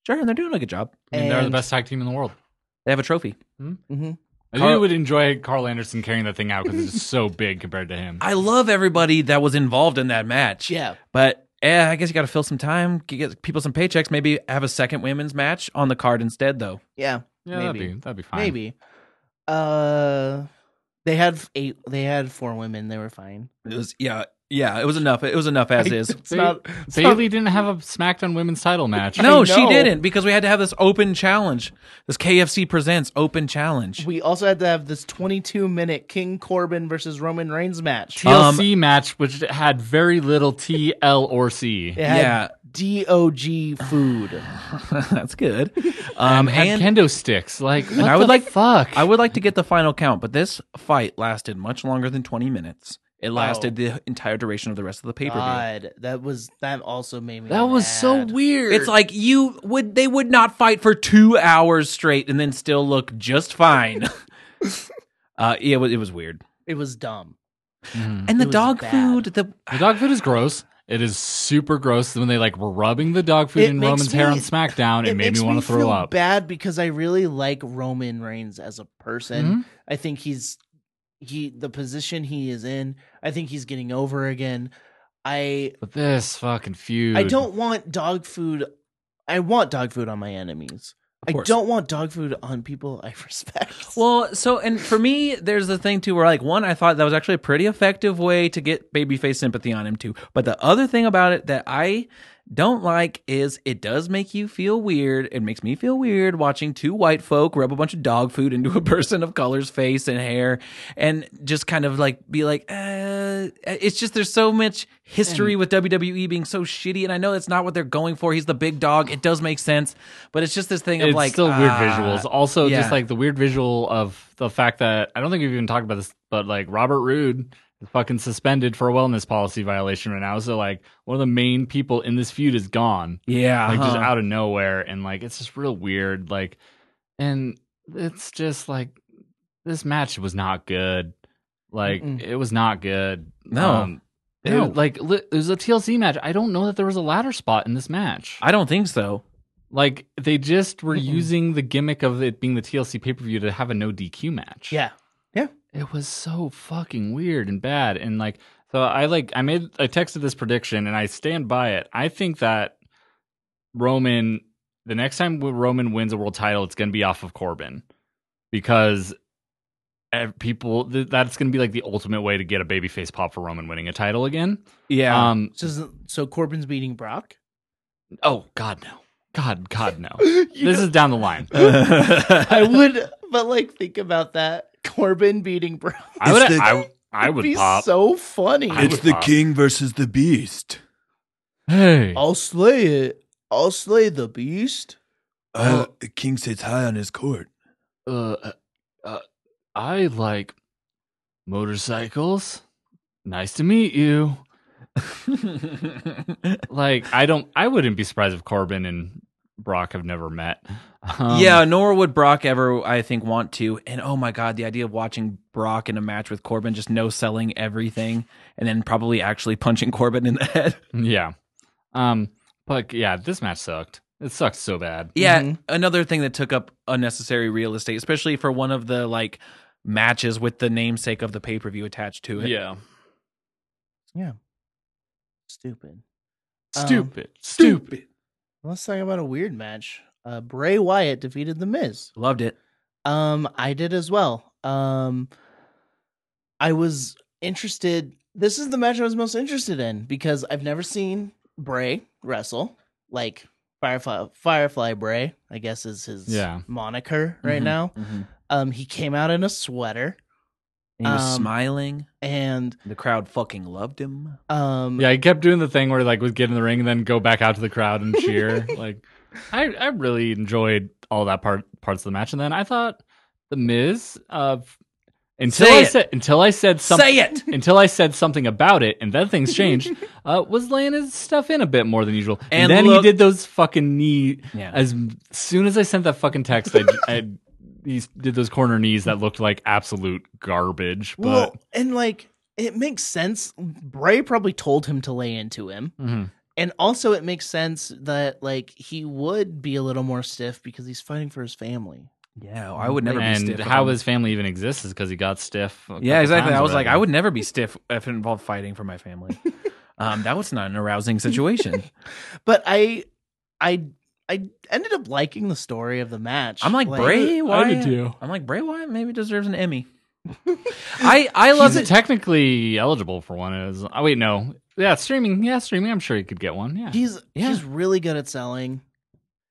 D: Sure, and they're doing a good job.
E: I mean, they're the
C: And-
E: best tag team in the world.
D: They have a trophy.
C: Mhm.
E: I
D: Carl-
E: think you would enjoy Carl Anderson carrying that thing out because it's just so big compared to him.
D: I love everybody that was involved in that match.
C: Yeah,
D: But eh, I guess you got to fill some time, get people some paychecks. Maybe have a second women's match on the card instead, though.
C: yeah,
E: yeah,
C: maybe.
E: that'd be that'd be fine.
C: maybe. Uh they had f- eight they had four women, they were fine.
D: It was yeah, yeah. It was enough. It was enough as is.
C: It's not it's not-
E: Bailey didn't have a SmackDown Women's Title match.
D: No, she
C: know.
D: didn't because we had to have this open challenge. This KFC presents open challenge.
C: we also had to have this 22 minute King Corbin versus Roman Reigns match.
E: TLC match, which had very little T, L, or C.
C: It had
D: yeah.
C: DOG food.
D: That's good. Um,
E: Had
D: and
E: kendo sticks. Like, what
D: I would
E: the
D: like-
E: fuck.
D: I would like to get the final count, but this fight lasted much longer than 20 minutes. It lasted the entire duration of the rest of the pay per view.
C: God, that was that also made me
E: that was so
C: mad.
E: weird.
D: It's like you would they would not fight for two hours straight and then still look just fine. uh, yeah, it was, it was weird.
C: It was dumb.
D: And
E: Mhm.
C: It
D: the
C: was
D: dog
C: bad.
D: food, the
E: the dog food is gross. It is super gross when they like were rubbing the dog food
C: It
E: in
C: makes
E: Roman's hair
C: me-
E: on SmackDown. It, made
C: makes
E: me want to throw
C: feel
E: up.
C: Bad because I really like Roman Reigns as a person.
E: Mm-hmm.
C: I think he's he the position he is in. I think he's getting over again. I
E: But this fucking feud.
C: I don't want dog food. I want dog food on my enemies. I
D: course.
C: don't want dog food on people I respect.
D: Well, so and for me, there's the thing too, where like one, I thought that was actually a pretty effective way to get babyface sympathy on him too. But the other thing about it that I don't like is it does make you feel weird. It makes me feel weird watching two white folk rub a bunch of dog food into a person of color's face and hair, and just kind of like be like, uh, it's just there's so much history with WWE being so shitty, and I know that's not what they're going for. He's the big dog. It does make sense, but it's just this thing of
E: it's
D: like
E: still weird
D: ah,
E: visuals. Also,
D: yeah.
E: just like the weird visual of the fact that I don't think we've even talked about this, but like Robert Roode is fucking suspended for a wellness policy violation right now. So like one of the main people in this feud is gone,
D: Yeah,
E: like just
D: huh.
E: out of nowhere, and like it's just real weird. Like, and it's just like this match was not good. Like
C: Mm-mm.
E: it was not good. Um,
D: No.
E: it-
D: No.
E: like li- it was a TLC match. I don't know that there was a ladder spot in this match.
D: I don't think so.
E: Like they just were using the gimmick of it being the TLC pay per view to have a no DQ match.
C: Yeah.
E: It was so fucking weird and bad. And like, so I like, I made, I texted this prediction and I stand by it. I think that Roman, the next time Roman wins a world title, it's going to be off of Corbin because ev- people, th- that's going to be like the ultimate way to get a babyface pop for Roman winning a title again.
D: Yeah.
E: Um,
C: So, so Corbin's beating Brock.
E: oh, God, no. God, God, no.
C: You
E: this
C: know-
E: is down the line.
C: I would, but like think about that. Corbin beating Brock.
E: I would,
A: It's the-
E: I, I would
C: be
E: pop.
C: so funny.
E: I
A: it's
E: would
A: the
E: pop.
A: king versus the beast.
E: hey,
C: I'll slay it. I'll slay the beast.
E: Oh.
A: Uh, the king sits high on his court.
E: uh, uh, I like motorcycles. Nice to meet you.
D: Um,
E: Like, I don't, I wouldn't be surprised if Corbin and Brock have never met. Um,
D: yeah, nor would Brock ever, I think, want to. And oh my God, the idea of watching Brock in a match with Corbin, just no selling everything, and then probably actually punching Corbin in the head.
E: yeah. Um, but yeah, this match sucked. It sucked so bad.
D: Yeah,
C: Mhm.
D: another thing that took up unnecessary real estate, especially for one of the like matches with the namesake of the pay per view attached to it.
E: Yeah,
C: Stupid. Um,
E: stupid, stupid.
C: Let's talk about a weird match. Uh, Bray Wyatt defeated The Miz.
D: Loved it.
C: Um, I did as well. Um, I was interested. This is the match I was most interested in because I've never seen Bray wrestle like Firefly Firefly Bray. I guess is his
E: Yeah.
C: moniker right now.
D: Mm-hmm.
C: Um, he came out in a sweater
D: And he was
C: Um,
D: smiling.
C: and
D: The crowd fucking loved him.
C: um,
E: Yeah, I kept doing the thing where like would get in the ring and then go back out to the crowd and cheer. like I I really enjoyed all that part parts of the match and then I thought the Miz uh until
D: Say
E: I
D: it.
E: said until I said something
D: Say it.
E: until I said something about it and then things changed, uh was laying his stuff in a bit more than usual.
D: And
E: And, then
D: looked-
E: he did those fucking knee
D: Yeah.
E: as soon as I sent that fucking text I, I he did those corner knees that looked like absolute garbage. But
C: well, and like it makes sense. Bray probably told him to lay into him.
E: Mhm.
C: and also it makes sense that like he would be a little more stiff because he's fighting for his family.
D: yeah, I would never be
E: and
D: stiff. if
E: how
D: I'm-
E: his family even exists is because he got stiff. a
D: Yeah,
E: couple
D: exactly.
E: times
D: I was like,
E: already.
D: I would never be stiff if it involved fighting for my family. um, that was not an arousing situation.
C: But I, I, I ended up liking the story of the match.
D: I'm like, Bray Wyatt.
E: too.
D: I'm like Bray Wyatt. Maybe deserves an Emmy. I I love
E: He's
D: it.
E: technically eligible for one. As oh wait, no, yeah, streaming. Yeah, streaming. I'm sure he could get one. Yeah,
C: he's
D: Yeah.
C: he's really good at selling.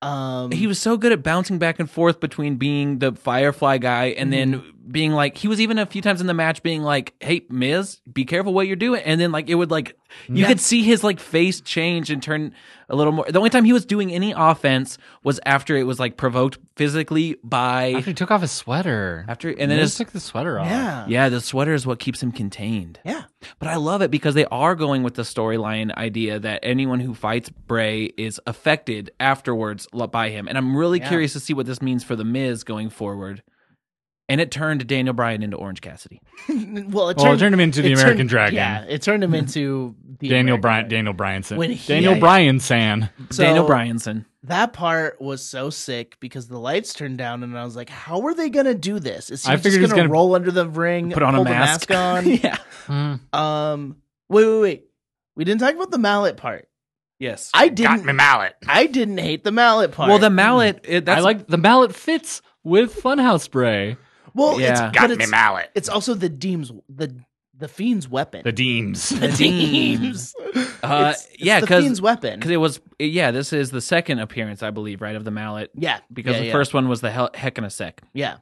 C: Um,
D: he was so good at bouncing back and forth between being the Firefly guy and then
E: Mm-hmm.
D: being like he was even a few times in the match being like, "Hey Miz, be careful what you're doing," and then like it would like you could see his like face change and turn a little more. The only time he was doing any offense was after it was like provoked physically by
E: after he took off his sweater.
D: after
E: and
D: and then
E: then he
D: his
E: just took the sweater off.
C: yeah,
D: Yeah, the sweater is what keeps him contained.
C: Yeah.
D: But I love it because they are going with the storyline idea that anyone who fights Bray is affected afterwards lo- by him. And I'm really
C: Yeah.
D: curious to see what this means for The Miz going forward. And it turned Daniel Bryan into Orange Cassidy.
C: well, it turned,
E: Well, it turned him into the
C: it
E: American
C: turned-
E: Dragon.
C: Yeah, it turned him into the
E: Daniel
C: American
E: Bryan.
C: Dragon.
E: Daniel Bryanson.
C: When he-
E: Daniel
C: yeah, yeah.
E: Bryan San.
C: So-
D: Daniel Bryanson.
C: That part was so sick because the lights turned down, and I was like, "How are they gonna do this? Is he
E: I
C: just
E: figured
C: gonna,
E: he's gonna
C: roll under the ring,
D: Put on a
C: pull the
D: mask.
C: on,
D: yeah.
C: Um, wait, wait, wait. We didn't talk about the mallet part.
D: Yes.
C: I didn't.
E: mallet.
C: I didn't hate the mallet part.
D: well, the mallet.
C: Hmm.
D: It, that's
E: I like the mallet fits with Funhouse spray.
C: well,
D: yeah.
C: it's, but it's, mallet. It's also the deems the the fiend's weapon.
E: The Deems.
C: The
D: Deem. Uh,
C: It's- it's
D: yeah,
C: the
D: 'cause-
C: fiend's weapon.
D: because it was. Yeah, this is the second appearance, I believe, right of the mallet.
C: yeah,
D: Because
C: yeah,
D: the
C: yeah,
D: first one was the hell, heck in a sec.
C: yeah.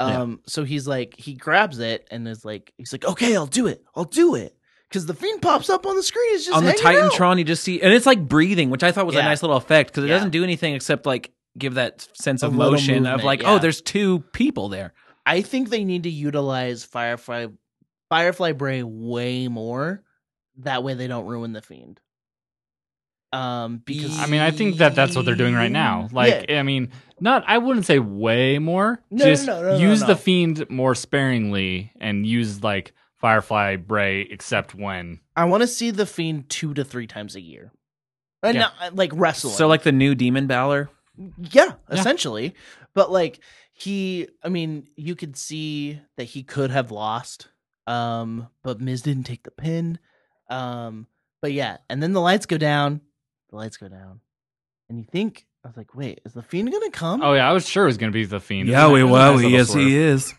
D: Yeah.
C: Um, so he's like, he grabs it and is like, he's like, okay, I'll do it, I'll do it, because the fiend pops up on the screen. He's just
D: on the
C: hanging out.
D: Titantron, you just see, and it's like breathing, which I thought was a
C: Yeah.
D: nice little effect because it
C: Yeah.
D: doesn't do anything except like give that sense
C: A
D: of
C: little
D: motion of
C: movement,
D: like,
C: yeah.
D: oh, there's two people there.
C: I think they need to utilize Firefly Firefly Bray way more. That way they don't ruin the fiend. Um because
E: I mean, I think that that's what they're doing right now. Like, I mean, not I wouldn't say way more.
C: No,
E: just
C: no, no, no,
E: use
C: no.
E: the fiend more sparingly and use like Firefly Bray, except when
C: I want to see the fiend two to three times a year. Uh,
D: Yeah.
C: no, like wrestling.
D: So like the new Demon Balor.
C: Yeah, essentially. But like he, I mean, you could see that he could have lost, um, but Miz didn't take the pin. Um, but yeah, and then the lights go down. The lights go down, and you think I was like, wait, is the fiend gonna come?
E: Oh yeah, I was sure it was gonna be the fiend.
A: Yeah,
E: we
A: we wow, yes he is.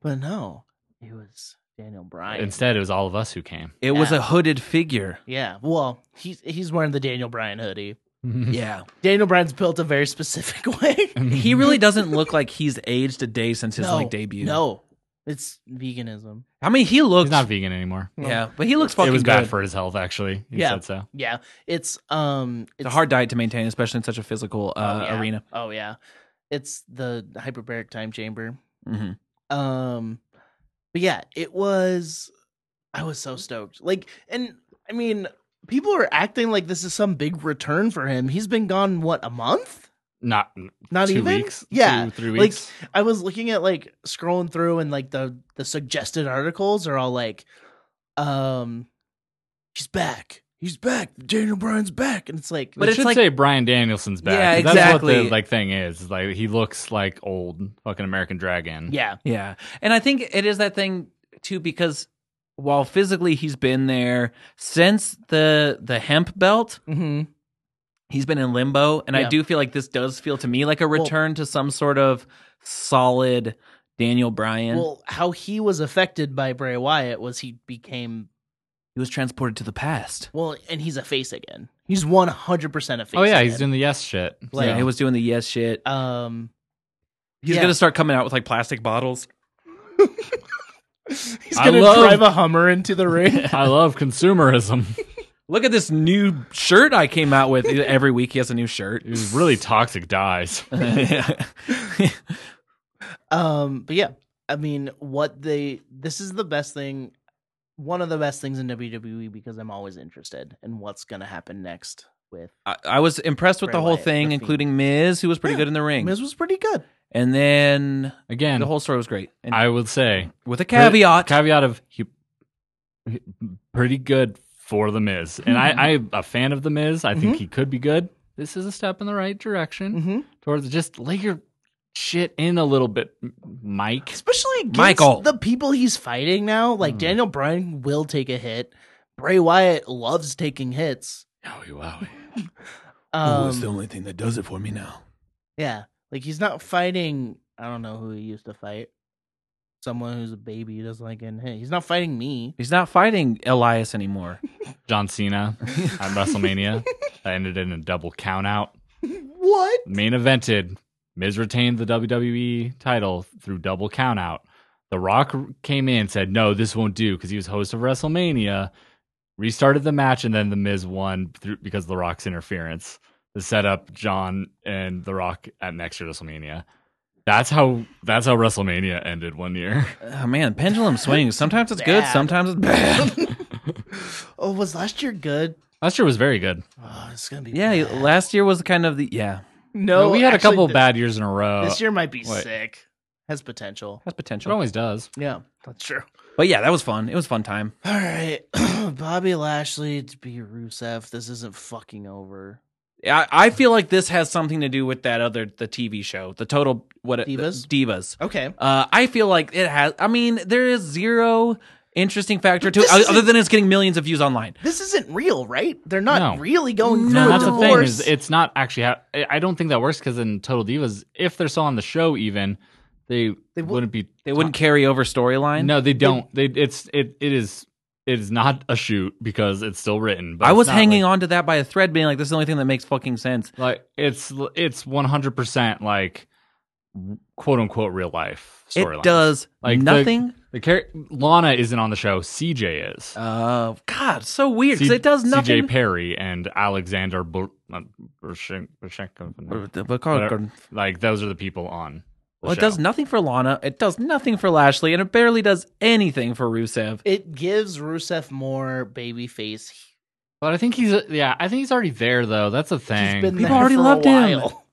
C: But no, it was Daniel Bryan.
E: Instead, it was all of us who came.
D: It was
C: Yeah.
D: a hooded figure.
C: yeah, well, he's he's wearing the Daniel Bryan hoodie.
D: Yeah.
C: Daniel Bryan's built a very specific way.
D: He really doesn't look like he's aged a day since his
C: No,
D: like debut.
C: No, it's veganism.
D: I mean he looks
E: He's not vegan anymore.
D: Yeah, but he looks
E: It
D: fucking
E: was bad
D: good.
E: for his health, actually. He
C: Yeah.
E: said so.
C: Yeah, it's um,
D: it's
C: it's
D: a hard diet to maintain, especially in such a physical uh,
C: Oh, yeah.
D: arena.
C: Oh yeah, it's the hyperbaric time chamber.
D: Mm-hmm.
C: Um, but yeah, it was. I was so stoked. Like, and I mean, people are acting like this is some big return for him. He's been gone what a month?
E: Not
C: Not
E: two
C: even.
E: weeks.
C: Yeah.
E: two, three
C: Like-
E: weeks.
C: I was looking at like scrolling through, and like the the suggested articles are all like, um, he's back. He's back. Daniel Bryan's back, and it's like,
D: But
E: It
D: it's
E: should
D: like-
E: say Brian Danielson's back.
D: Yeah,
E: That's what
D: exactly.
E: the like thing is. It's Like he looks like old fucking American Dragon.
C: yeah,
D: Yeah. And I think it is that thing too because while physically he's been there since the the hemp belt,
C: mm-hmm.
D: he's been in limbo and
C: Yeah.
D: I do feel like this does feel to me like a
C: Well-
D: return to some sort of solid Daniel Bryan.
C: Well, how he was affected by Bray Wyatt was he became
D: he was transported to the past.
C: well, and he's a face again. He's one hundred percent a face.
E: Oh yeah,
C: again.
E: he's doing the yes shit.
C: Like-
D: yeah, he was doing the yes shit.
C: Um,
D: He's
C: yeah.
D: gonna start coming out with like plastic bottles.
C: he's
E: I
C: gonna
E: love-
C: drive a Hummer into the ring.
E: I love consumerism.
D: Look at this new shirt I came out with. e-, Every week he has a new shirt.
E: It was really toxic dyes.
C: um, but yeah, I mean, what they this is the best thing, one of the best things in WWE because I'm always interested in what's gonna happen next with.
D: I, I was impressed with
C: Bray
D: the whole
C: Wyatt,
D: thing,
C: The Fiend.
D: including Miz, who was pretty
C: Yeah,
D: good in the ring.
C: Miz was pretty good.
D: and then
E: Again,
D: the whole story was great. And
E: I would say
D: with a caveat.
E: caveat of he, he- pretty good for the Miz, and I, I'm a fan of the Miz. I think he could be good. This is a step in the right direction
C: Mm-hmm.
E: towards just lay your shit in a little bit, M- Mike.
C: especially against
D: Michael.
C: the people he's fighting now. Like
E: Hmm.
C: Daniel Bryan will take a hit. Bray Wyatt loves taking hits.
E: Yowie wowie.
A: oh,
C: Um,
A: it's the only thing that does it for me now.
C: yeah, like he's not fighting. I don't know who he used to fight. Someone who's a baby who doesn't like getting hit. He's not fighting me.
D: He's not fighting Elias anymore.
E: John Cena at WrestleMania that ended in a double countout.
C: What?
E: Main evented. Miz retained the WWE title through double countout. The Rock came in and said, "No, this won't do," because he was host of WrestleMania. Restarted the match, and then the Miz won through, because of the Rock's interference to set up John and the Rock at next year's WrestleMania. That's how that's how WrestleMania ended one year.
D: Oh man, pendulum swings. Sometimes it's good,
C: Bad.
D: sometimes it's bad.
C: Oh, was last year good?
E: Last year was very good.
C: Oh, it's gonna be
D: yeah,
C: bad.
D: last year was kind of the yeah
C: no,
E: we had a
C: actually,
E: couple
C: thi-
E: bad years in a row.
C: This year might be
E: Uh, Wait.
C: sick. Has potential.
D: has
E: it
D: potential.
E: always does.
C: Yeah, that's true.
D: But yeah, that was fun. It was a fun time.
C: All right, Bobby Lashley to be Rusev. This isn't fucking over.
D: I, I feel like this has something to do with that other the TV show, the total what it-
C: Divas?
D: divas.
C: Okay.
D: Uh, I feel like it has. I mean, there is zero interesting factor to it
C: This
D: o-
C: isn't-
D: other than it's getting millions of views online.
C: This isn't real, right? They're not
E: No.
C: really going through
E: No,
C: a
E: that's the thing.
C: divorce.
E: Is it's not actually. Ha- I I don't think that works because in Total Divas, if they're still on the show, even they,
C: They wou-
E: wouldn't be.
D: They wouldn't carry over storyline.
E: No, they don't. They, it's it it is it is not a shoot because it's still written. But
D: I
E: it's
D: was
E: not
D: hanging
E: like,
D: on to that by a thread, being like, "This is the only thing that makes fucking sense."
E: Like it's it's one hundred percent like quote unquote real life storyline.
D: It does
E: Like, the-
D: nothing.
E: The char- Lana isn't on the show. CJ is.
D: Uh, God, so weird because
E: C-
D: it does nothing.
E: CJ Perry and Alexander Bur- uh, Burshen- Burshenko. Whatever. Like those are the people on. the
D: Well, it
E: show.
D: does nothing for Lana. It does nothing for Lashley, and it barely does anything for Rusev.
C: it gives Rusev more babyface.
E: But I think he's uh, yeah. I think he's already there though. That's a thing.
C: He's been
D: People
C: there
D: already
C: for
D: loved
C: a
D: him.
C: while.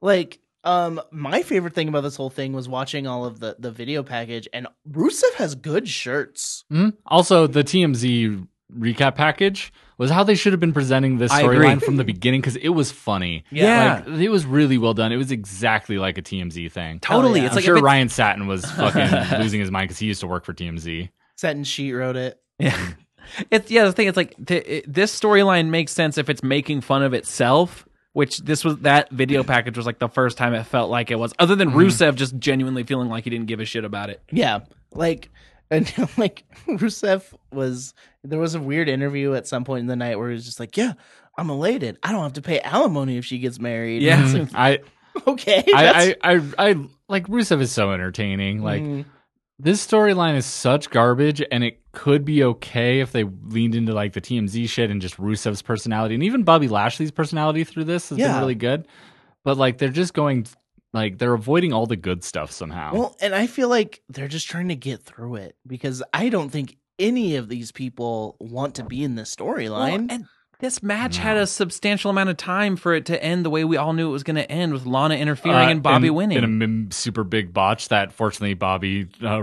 C: Like, um, my favorite thing about this whole thing was watching all of
E: hmm?
C: the the video package, and Rusev has good shirts.
E: Mhm. Also, the TMZ recap package was how they should have been presenting this
D: I agree.
E: storyline from the beginning because it was funny.
D: Yeah.
E: Like, it was really well done. It was exactly like a TMZ thing.
D: Totally.
C: yeah.
D: It's
E: I'm
D: like
E: sure
D: if it's-
E: Ryan Satin was fucking losing his mind because he used to work for TMZ.
C: Set and Sheet wrote it.
D: Yeah. It's yeah. The thing it's like th- it, this storyline makes sense if it's making fun of itself, which this was that video package was like the first time it felt like it was, other than
E: Mm-hmm.
D: Rusev just genuinely feeling like he didn't give a shit about it.
C: Yeah, like and like Rusev was there was a weird interview at some point in the night where he was just like, "Yeah, I'm elated. I don't have to pay alimony if she gets married."
D: Yeah.
C: It's like,
E: I,
C: okay. that's-
E: I, I, I, I, like Rusev is so entertaining. Like
C: Mm.
E: this storyline is such garbage, and it could be okay if they leaned into like the TMZ shit and just Rusev's personality, and even Bobby Lashley's personality through this has
C: Yeah.
E: been really good. But like they're just going, like they're avoiding all the good stuff somehow.
C: well, and I feel like they're just trying to get through it because I don't think any of these people want to be in this
D: Well,
C: storyline.
D: and this match had a substantial amount of time for it to end the way we all knew it was going to end with Lana interfering
E: Uh,
D: and Bobby
E: in-
D: winning.
E: in a m- super big botch that fortunately Bobby uh,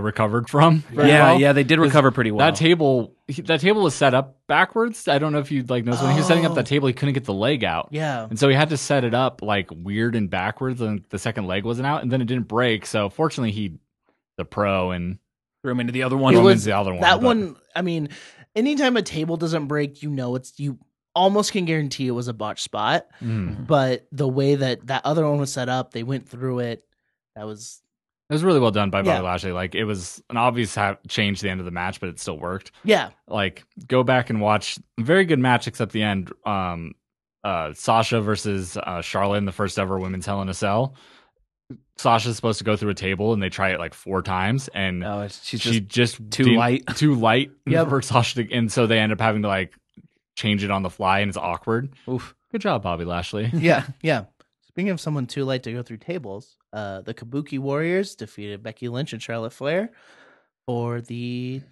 E: recovered from. very
D: yeah,
E: well.
D: yeah, they did recover pretty well.
E: That table, he- that table was set up backwards. I don't know if you like noticed when he was setting up
C: Oh.
E: that table, he couldn't get the leg out.
C: yeah.
E: And so he had to set it up like weird and backwards, and the second leg wasn't out, and then it didn't break. So fortunately, he, the pro, and
D: threw him into the other one.
E: Roman's
C: was-
E: the other one.
C: that
E: but-
C: one i mean anytime a table doesn't break you know it's you almost can guarantee it was a botch spot
E: Mm.
C: but the way that that other one was set up they went through it that was
E: It was really well done by Bobby
C: Yeah.
E: Lashley. Like it was an obvious ha- change to the end of the match, but it still worked.
C: yeah
E: Like go back and watch very good match except the end. Um, uh, Sasha versus uh, Charlotte in the first ever women's Hell in a Cell. Sasha's supposed to go through a table, and they try it like four times, and
D: Oh, it's- she's
E: she
D: just
E: just
D: too
E: didn't-
D: light.
E: too light
D: Yep.
E: for Sasha, to, and so they end up having to like change it on the fly, and it's awkward.
D: oof.
E: Good job, Bobby Lashley.
C: yeah yeah speaking of someone too light to go through tables uh the kabuki warriors defeated becky lynch and charlotte flair for the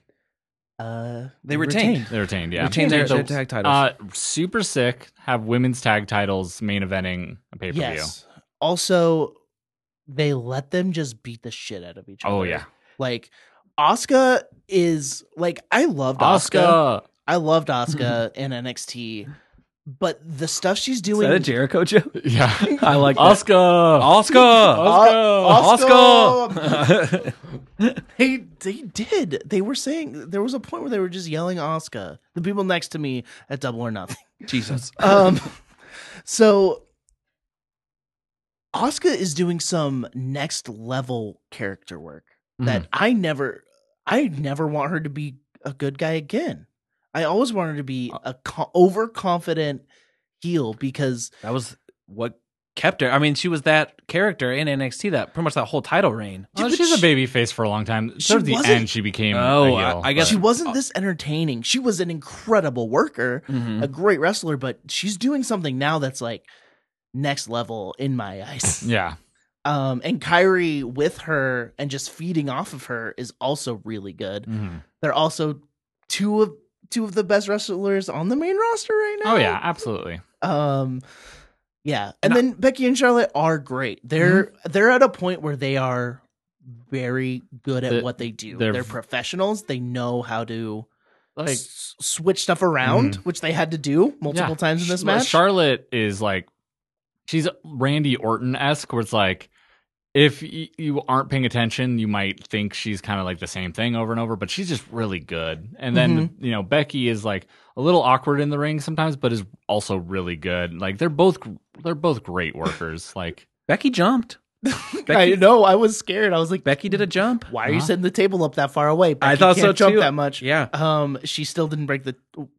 C: uh
D: They retained.
E: They retained, yeah.
D: Retained their,
E: So,
D: their tag titles.
E: Uh, super sick. Have women's tag titles main eventing a pay per view.
C: yes also they let them just beat the shit out of each other
E: Oh yeah,
C: Like Oscar is like I loved Oscar.
E: Oscar.
C: I loved Oscar in NXT, but the stuff she's
D: Is that a
C: doing.
D: Jericho joke?
E: Yeah,
D: I like that. Oh,
E: Oscar.
D: Oscar.
C: Oscar!
D: Oscar.
C: They they did. They were saying there was a point where they were just yelling Oscar. The people next to me at Double or Nothing.
D: Jesus.
C: Um, so Oscar is doing some next level character work
E: Mm-hmm.
C: that I never, I never want her to be a good guy again. I always want her to
E: Uh
C: be a co- overconfident heel because
D: That was what kept her. I mean, she was that character in NXT that pretty much that whole title reign.
E: Well,
C: But
E: she was
C: she-
E: a baby face for a long time.
C: she
E: Towards the
C: wasn't-
E: end, she became.
D: Oh,
E: a heel,
D: I- I guess-
C: she
E: but-
C: wasn't this entertaining. She was an incredible worker,
D: Mm-hmm.
C: a
E: Mm-hmm.
C: great wrestler, but she's doing something now that's like next level in my eyes.
E: yeah,
C: um and Kyrie with her and just feeding off of her is also really good.
D: Mm-hmm.
E: Mhm.
C: They're also two of two of the best wrestlers on the main roster right now.
E: oh yeah, absolutely.
C: Um yeah. And, then Becky and Charlotte are great. They're
E: Mm-hmm.
C: they're at a point where they are very good at
E: They're-
C: what they do.
E: they're
C: They're,
E: v-
C: professionals. They know how to
E: Like Mm-hmm.
C: s- switch stuff around, which they had to do multiple
E: Yeah.
C: times in this
E: Sh-
C: match.
E: Charlotte is like, she's Randy Orton esque, where it's like, if y- you aren't paying attention, you might think she's kind of like the same thing over and over, but she's just really good. And then,
C: Mm-hmm.
E: you know, Becky is like a little awkward in the ring sometimes, but is also really good. Like they're both, gr- they're both great workers. like,
D: Becky jumped.
C: I know. I was scared. I was like,
D: Becky did a jump.
C: why are you
E: Huh?
C: setting the table up that far away?
D: I
C: Becky
D: thought
C: can't
D: so
C: jump
D: too.
C: That much.
D: Yeah.
C: Um, she still didn't break the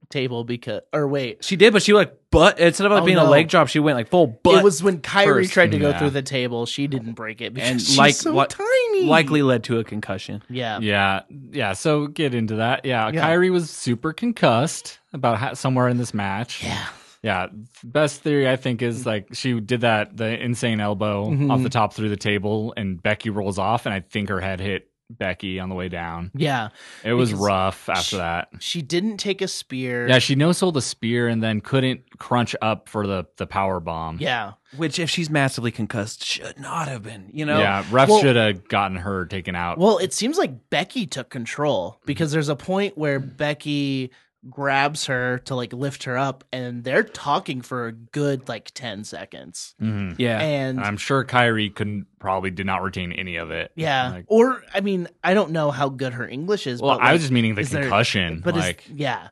C: table because, or wait,
D: She did, but she like butt instead of like
C: Oh,
D: being a
C: no.
D: leg drop, she went like full butt.
C: it was when Kyrie
D: first.
C: tried to go
E: Yeah.
C: through the table. She didn't break it because
D: And
C: she's
D: like
C: so
D: what-
C: tiny.
D: likely led to a concussion.
C: yeah.
E: yeah, yeah. So get into that. Yeah,
C: Yeah.
E: Kyrie was super concussed about ha- somewhere in this match.
C: Yeah. Mm.
E: Yeah, best theory I think is like she did that the insane elbow
C: Mhm.
E: off the top through the table, and Becky rolls off, and I think her head hit Becky on the way down.
C: Yeah.
E: It was
C: Because
E: rough after
C: she-
E: that.
C: She didn't take a spear.
E: Yeah, she no sold the spear and then couldn't crunch up for the the power bomb.
C: yeah.
D: Which, if she's massively concussed, should not have been. You know.
E: yeah, ref
C: Well-
E: should have gotten her taken out.
C: Well, it seems like Becky took control because there's a point where Becky grabs her to like lift her up, and they're talking for a good like ten seconds.
E: Mhm.
D: Yeah.
C: And
E: I'm sure Kyrie couldn't probably did not retain any of it.
C: yeah,
E: Like,
C: or I mean, I don't know how good her English is.
E: well,
C: but,
E: I
C: like,
E: was just meaning the
C: is there-
E: concussion.
C: but is-
E: like,
C: yeah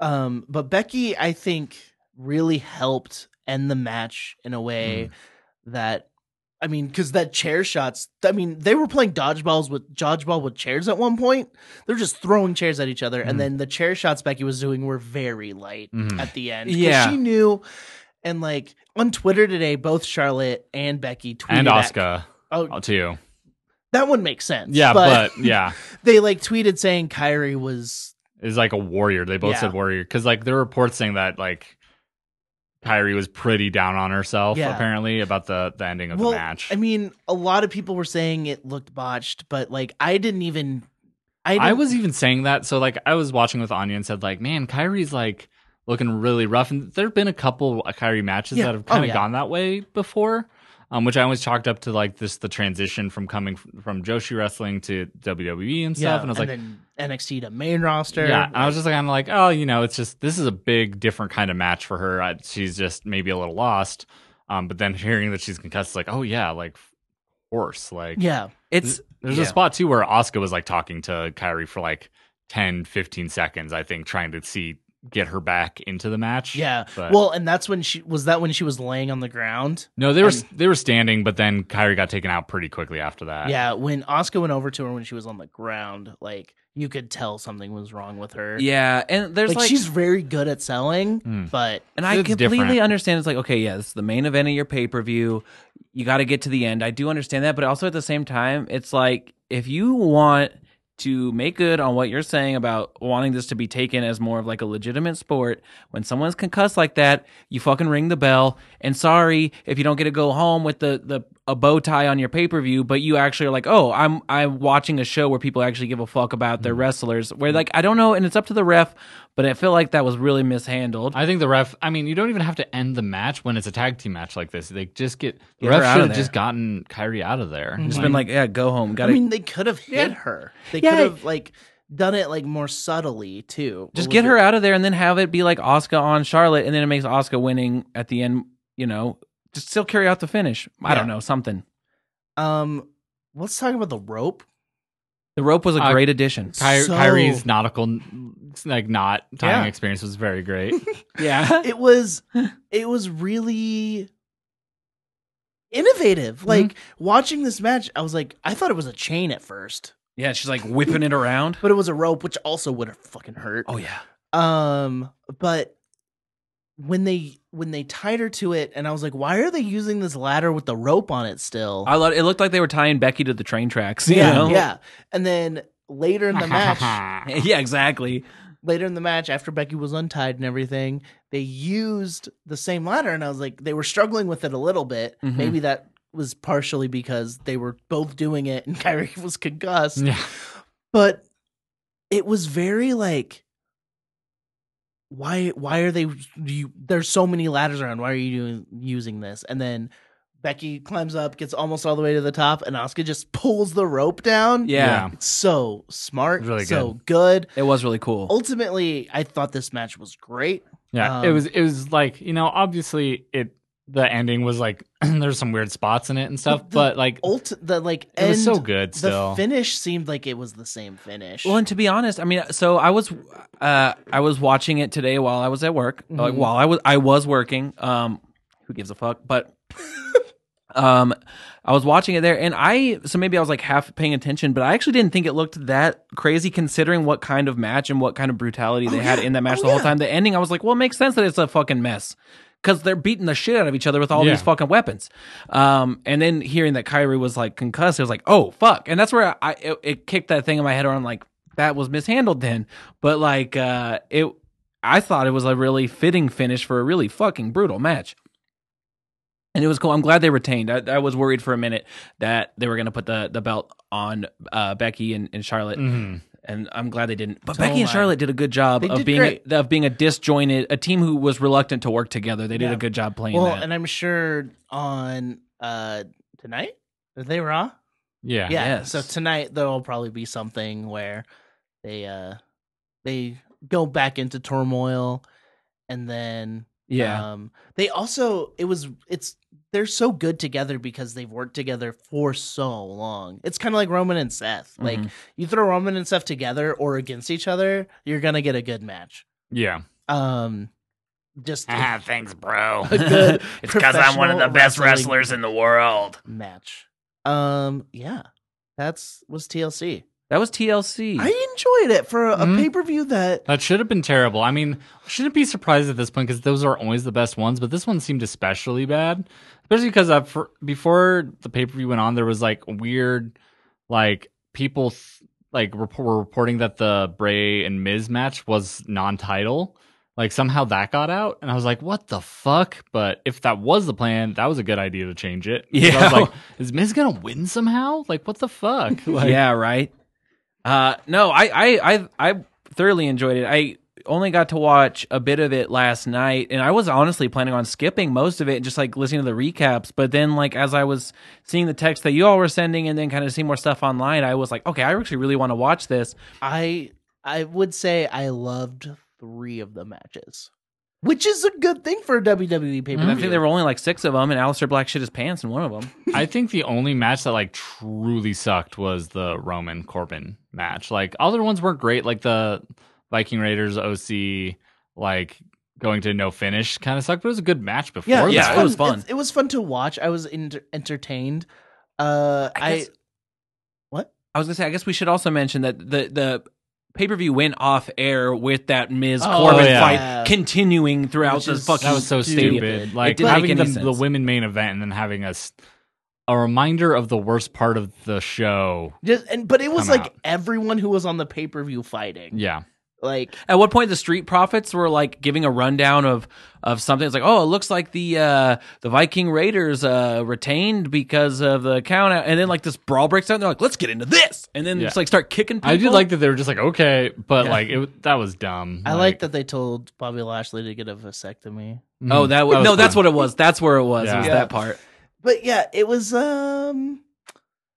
C: um but becky i think really helped end the match in a way
E: Hmm.
C: that i mean because that chair shots i mean they were playing dodgeballs with dodgeball with chairs at one point they're just throwing chairs at each
E: Hmm.
C: other and then the chair shots becky was doing were very light
E: Mhm.
C: at the end 'Cause
D: Yeah.
C: she knew and like on twitter today both charlotte and becky tweeted
E: and
C: at-
E: Oscar uh,
C: oh
E: too.
C: that one makes sense
E: Yeah,
C: but,
E: but yeah.
C: they like tweeted saying kyrie was
E: is like a warrior. They both
C: Yeah.
E: said warrior because like there were reports saying that like Kyrie was pretty down on herself
C: Yeah.
E: apparently about the the ending of the match.
C: I mean, a lot of people were saying it looked botched, but like I didn't even. I, didn't,
E: I was even saying that. So like I was watching with Anya and said like, man, Kyrie's like looking really rough. And there have been a couple Kyrie matches
C: Yeah.
E: that have
C: Oh,
E: kind of
C: yeah.
E: gone that way before. Um, which I always chalked up to like this the transition from coming f- from Joshi wrestling to WWE and stuff.
C: yeah,
E: and I was like,
C: then NXT to main roster.
E: Yeah, and I was just like, I'm like, oh, you know, it's just this is a big different kind of match for her. I, she's just maybe a little lost. Um, but then hearing that she's concussed, like, oh yeah, like horse, like
C: yeah,
D: It's
E: There's
D: yeah.
E: a spot too where Oscar was like talking to Kyrie for like 10, 15 seconds, I think, trying to see get her back into the match.
C: yeah.
E: But,
C: well, and that's when she was. That when she was laying on the ground.
E: no, they were they were standing, but then Kyrie got taken out pretty quickly after that.
C: yeah, when Oscar went over to her when she was on the ground, like you could tell something was wrong with her.
D: yeah, and there's
C: like,
D: like,
C: she's very good at selling,
E: Mm.
C: but
D: and I
E: it's
D: completely
E: different.
D: understand. It's like okay, yeah, this is the main event of your pay per view. You got to get to the end. I do understand that, but also at the same time, it's like if you want to make good on what you're saying about wanting this to be taken as more of like a legitimate sport, when someone's concussed like that, you fucking ring the bell. And sorry if you don't get to go home with the the a bow tie on your pay per view, but you actually are like, oh, I'm I'm watching a show where people actually give a fuck about
E: Mm.
D: their wrestlers. Where like I don't know, and it's up to the ref, but I feel like that was really mishandled.
E: I think the ref. I mean, you don't even have to end the match when it's a tag team match like this. They just get the
D: Get her out
E: ref
D: of
E: should have
D: there.
E: just gotten Kyrie out of there.
D: Just been like, yeah, go home. Got
C: I
D: to
C: mean, they could have hit her. They
D: Yeah,
C: could have like done it like more subtly too.
D: just
C: With
D: get
C: the-
D: her out of there, and then have it be like Oscar on Charlotte, and then it makes Oscar winning at the end. You know, just still carry out the finish. I don't know something.
C: Um, let's talk about the rope.
D: The rope was a
E: Uh,
D: great addition.
E: Ky-
C: So-
E: Kyrie's nautical, like knot tying
D: Yeah.
E: experience was very great.
D: Yeah,
C: It was, it was really
D: Mm-hmm.
C: innovative. Like watching this match, I was like, I thought it was a chain at first,
D: yeah. She's like whipping it around.
C: but it was a rope, which also would have fucking hurt.
D: Oh yeah.
C: Um, but when they when they tied her to it, and I was like, why are they using this ladder with the rope on it still?
D: I love. It looked like they were tying Becky to the train tracks. You
C: yeah,
D: know?
C: yeah. And then later in the match.
D: yeah. Exactly.
C: later in the match after Becky was untied and everything, they used the same ladder and I was like they were struggling with it a little bit.
D: Mhm.
C: Maybe that was partially because they were both doing it and Kyrie was concussed,
E: yeah,
C: but it was very like why why are they you, there's so many ladders around. Why are you doing using this? And then Becky climbs up, gets almost all the way to the top, and Asuka just pulls the rope down.
D: Yeah.
C: It's so smart,
E: Really
C: so good
D: It was really cool.
C: ultimately, I thought this match was great.
E: yeah.
C: Um,
E: it was. It was like you know, obviously it. The ending was like there's some weird spots in it and stuff,
C: But the
E: but like
C: Ult the like
E: it was so
C: end-
E: good.
C: The
E: Still,
C: finish seemed like it was the same finish.
D: Well, and to be honest, I mean, so I was, uh, I was watching it today while I was at work. Like
C: Mhm.
D: while I was, I was working. Um, who gives a fuck? But, um, I was watching it there, and I so maybe I was like half paying attention, but I actually didn't think it looked that crazy considering what kind of match and what kind of brutality they had in that match
C: Oh,
D: the whole
C: yeah.
D: time. The ending, I was like, well, it makes sense that it's a fucking mess. Because they're beating the shit out of each other with all
E: Yeah.
D: these fucking weapons, um, and then hearing that Kyrie was like concussed, it was like, oh fuck, and that's where I it, it kicked that thing in my head around like that was mishandled then, but like uh, it, I thought it was a really fitting finish for a really fucking brutal match. And it was cool. I'm glad they retained. I, I was worried for a minute that they were going to put the, the belt on uh, Becky and, and Charlotte,
E: Mhm.
D: and I'm glad they didn't. But
C: Mm. Oh
D: Becky and
C: my.
D: Charlotte did a good job
C: They
D: of
C: did
D: being
C: great.
D: a, of being a disjointed a team who was reluctant to work together. They did
C: Yeah.
D: a good job playing
C: Well,
D: that.
C: and I'm sure on uh tonight are they raw?
E: yeah,
C: yeah.
D: yes.
C: So tonight there will probably be something where they uh they go back into turmoil, and then
D: Yeah.
C: um, they also it was it's they're so good together because they've worked together for so long. It's kind of like Roman and Seth. Like
F: Mm-hmm.
D: Mhm.
C: you throw Roman and Seth together or against each other, you're gonna get a good match.
E: Yeah.
C: Um, just a
E: thanks, bro.
C: good
F: It's because I'm one of the
C: professional
F: best
C: wrestling
F: wrestlers in the world.
C: match. Um, yeah, that's was TLC.
D: that was
F: Hmm.
D: TLC.
C: I enjoyed it for a,
F: Mm-hmm.
E: Mhm.
C: pay per view that
E: That should have been terrible. I mean, shouldn't be surprised at this point because those are always the best ones, but this one seemed especially bad. Especially because uh, for, before the pay per view went on, there was like weird, like people th- like rep- were reporting that the Bray and Miz match was non title. Like somehow that got out, and I was like, "What the fuck?" But if that was the plan, that was a good idea to change it. 'Cause I
D: Yeah.
E: was like, "Is Miz gonna win somehow? Like, what the fuck?" Like,
D: yeah, right. Uh, no, I, I, I, I thoroughly enjoyed it. I only got to watch a bit of it last night, and I was honestly planning on skipping most of it and just like listening to the recaps. But then, like as I was seeing the text that you all were sending, and then kind of seeing more stuff online, I was like, okay, I actually really want to watch this.
C: I I would say I loved three of the matches, which is a good thing for a E WWE pay
D: And Mm-hmm.
C: per
D: I think there
C: view.
D: were only like six of them, and Alistair Black shit his pants in one of them.
E: I think the only match that like truly sucked was the Roman Corbin match. Like other ones weren't great, like the Viking Raiders OC, like going to no finish kind of sucked, but it was a good match before.
C: Yeah,
E: that.
D: yeah, it was fun.
C: It, it was fun to watch. I was enter entertained. Uh,
D: I
C: I,
D: guess-
C: what?
D: I was gonna say, I guess we should also mention that the the pay per view went off air with that Ms.
C: Oh,
D: Corbin
E: yeah.
C: Yeah.
D: fight continuing throughout
C: Which
D: the
C: is-
D: fucking.
E: that was so
D: stadium.
E: stupid. Like
D: didn't
E: having
D: make
E: the,
D: any
E: the
D: sense.
E: women main event and then having us a reminder of the worst part of the show.
C: Just, and but it was
E: Come
C: like
E: out.
C: everyone who was on the pay per view fighting.
E: Yeah,
C: Like
D: At what point the street prophets were like giving a rundown of of something? It's like, oh, it looks like the uh, the Viking Raiders uh, retained because of the count out, and then like this brawl breaks out. and They're like, let's get into this, and then
E: Yeah.
D: just like start kicking. people.
E: I do like that they were just like okay, but
D: Yeah.
E: like it that was dumb.
C: I like that they told Bobby Lashley to get a vasectomy.
E: mm-hmm.
D: Oh, that was,
E: That was
D: no,
E: fun.
D: that's what it was. That's where it was. It
E: Yeah.
D: was
C: Yeah.
D: that part.
C: But yeah, it was um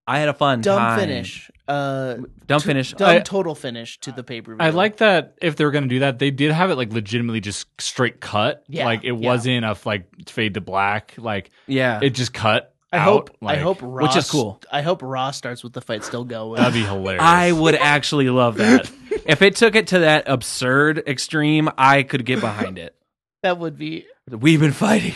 D: I had a fun
C: dumb
D: time.
C: finish. Uh,
D: Dumb
C: to-
D: finish.
C: Dumb
E: I-
C: total finish to the pay per view.
E: I like that if they were going to do that, they did have it like legitimately just straight cut.
C: Yeah,
E: like it
C: yeah.
E: wasn't a like fade to black. Like
D: yeah.
E: it just cut.
C: I
E: out,
C: hope.
E: like,
C: I hope. Raw
D: is cool.
C: I hope Raw starts with the fight still going.
E: that'd be hilarious.
D: I would actually love that. if it took it to that absurd extreme, I could get behind it.
C: that would be.
D: We've been fighting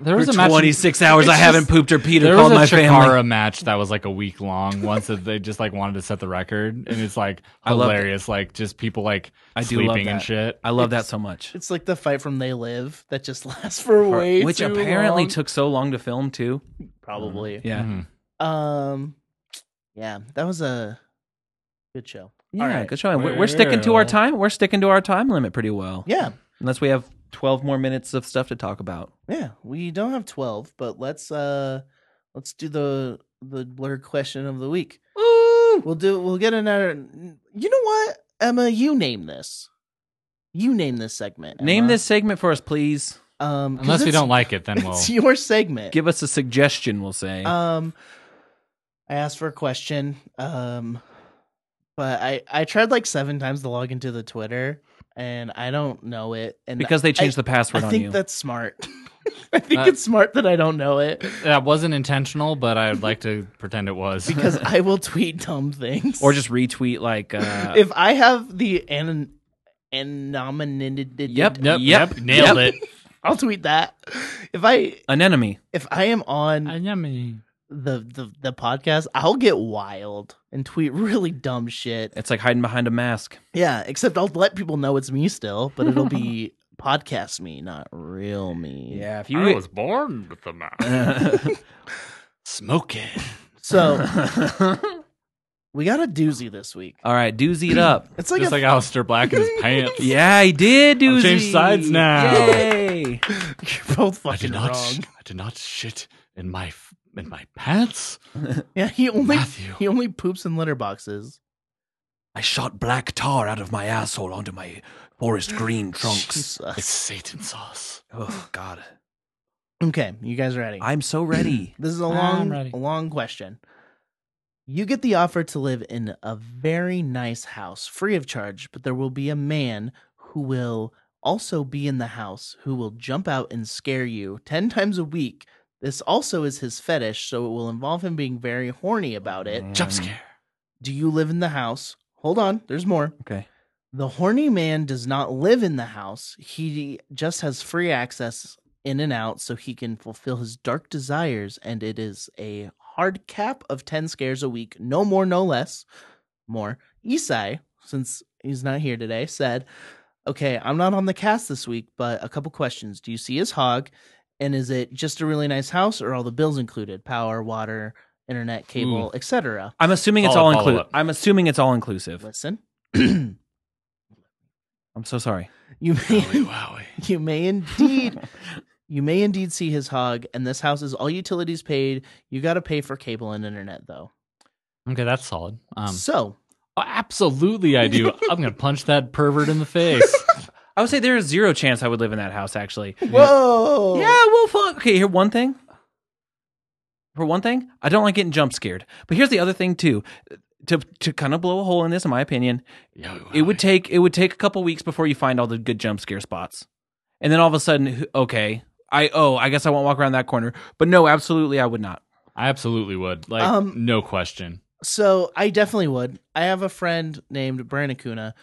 E: there was
D: for
E: a match.
D: 26 hours. I
E: It's
D: haven't
E: just-
D: pooped or peed or
E: there was
D: called
E: a
D: my
E: Chikara
D: family.
E: match that was like a week long. Once that they just like wanted to set the record, and it's like
D: I love it.
E: hilarious. Like just people like
D: I do love
E: sleeping and
D: that.
E: shit.
D: I love that so much.
C: It's like the fight from They Live that just lasts for way
D: Which
C: too
D: apparently
C: long.
D: took so long to film too.
C: probably.
D: Yeah.
E: Mhm.
C: Um, yeah, that was a good show.
D: Yeah,
C: All right.
D: good show. We're, we're sticking to our
E: Well.
D: time. We're sticking to our time limit pretty well.
C: Yeah,
D: Unless we have 12 more minutes of stuff to talk about.
C: yeah. We don't have twelve, but let's uh, let's do the the blur question of the week. We'll do. We'll get another. You know what, Emma? You name this. You name this segment.
D: Name
C: Emma.
D: this segment for us, please.
C: Um, 'cause
E: Unless we
C: it's-
E: don't like it, then we'll.
C: It's your segment.
D: Give us a suggestion, we'll say.
C: Um, I asked for a question. Um, but I I tried like seven times to log into the Twitter, and I don't know it. And
D: because they changed
C: I,
D: the password
C: I
D: on
C: think
D: you.
C: that's smart. I think
E: Uh,
C: it's smart that I don't know it
E: That wasn't intentional, but I'd like to pretend it was.
C: because I will tweet dumb things
D: or just retweet like uh,
C: if I have the an anonymity.
D: Yep.
E: Yep,
D: Yep.
E: yep, nailed
D: Yep.
E: it.
C: I'll tweet that. If I
D: an enemy.
C: if I am on
E: Yummy.
C: the, the the podcast, I'll get wild and tweet really dumb shit.
D: It's like hiding behind a mask.
C: Yeah, except I'll let people know it's me still, but it'll be podcast me, not real me.
D: if
E: born with the mouth. Smoke it.
C: So we got a doozy this week.
D: All right, doozy it up.
C: It's like,
E: Just
C: a,
E: like Alistair Black in his pants.
D: yeah, he did doozy.
E: I've changed sides now.
D: Yay.
C: you're both
E: I
C: fucking
E: did not.
C: wrong.
E: I did not shit in my f- in my pants.
C: Yeah, he only
E: Matthew.
C: he only poops in litter boxes.
A: I shot black tar out of my asshole onto my forest green trunks.
E: It's
C: Jesus.
E: Satan sauce.
A: oh, God.
C: Okay, you guys ready?
D: I'm so ready.
C: this is a long, a long question. You get the offer to live in a very nice house, free of charge, but there will be a man who will also be in the house, who will jump out and scare you 10 times a week. This also is his fetish, so it will involve him being very horny about it.
A: Jump scare.
C: Do you live in the house? Hold on, there's more.
D: Okay.
C: The horny man does not live in the house. He just has free access in and out so he can fulfill his dark desires. And it is a hard cap of 10 scares a week, no more, no less. More. Isai, since he's not here today, said, Okay, I'm not on the cast this week, but a couple questions. Do you see his hog? And is it just a really nice house or all the bills included? Power, water, internet, cable, etc.
D: I'm assuming it's
E: Follow-
D: all
E: follow
D: inclusive.
E: up.
D: I'm assuming it's all inclusive.
C: Listen.
D: I'm so sorry.
C: You may,
E: Wowie.
C: you may indeed you may indeed see his hog and this house is all utilities paid you got to pay for cable and internet though
E: Okay, that's solid. Um,
C: so
E: oh, absolutely, I do. I'm gonna punch that pervert in the face.
D: I would say there is zero chance I would live in that house actually.
C: whoa
D: Yeah, well, fuck. Okay, here one thing. For one thing, I don't like getting jump scared. But here's the other thing too. To to kind of blow a hole in this, in my opinion, it would take it would take a couple weeks before you find all the good jump scare spots, and then all of a sudden, who- okay, I oh, I guess I won't walk around that corner. But no, absolutely, I would not.
E: I absolutely would. Like,
C: Um,
E: no question.
C: so i definitely would i have a friend named brandon kuna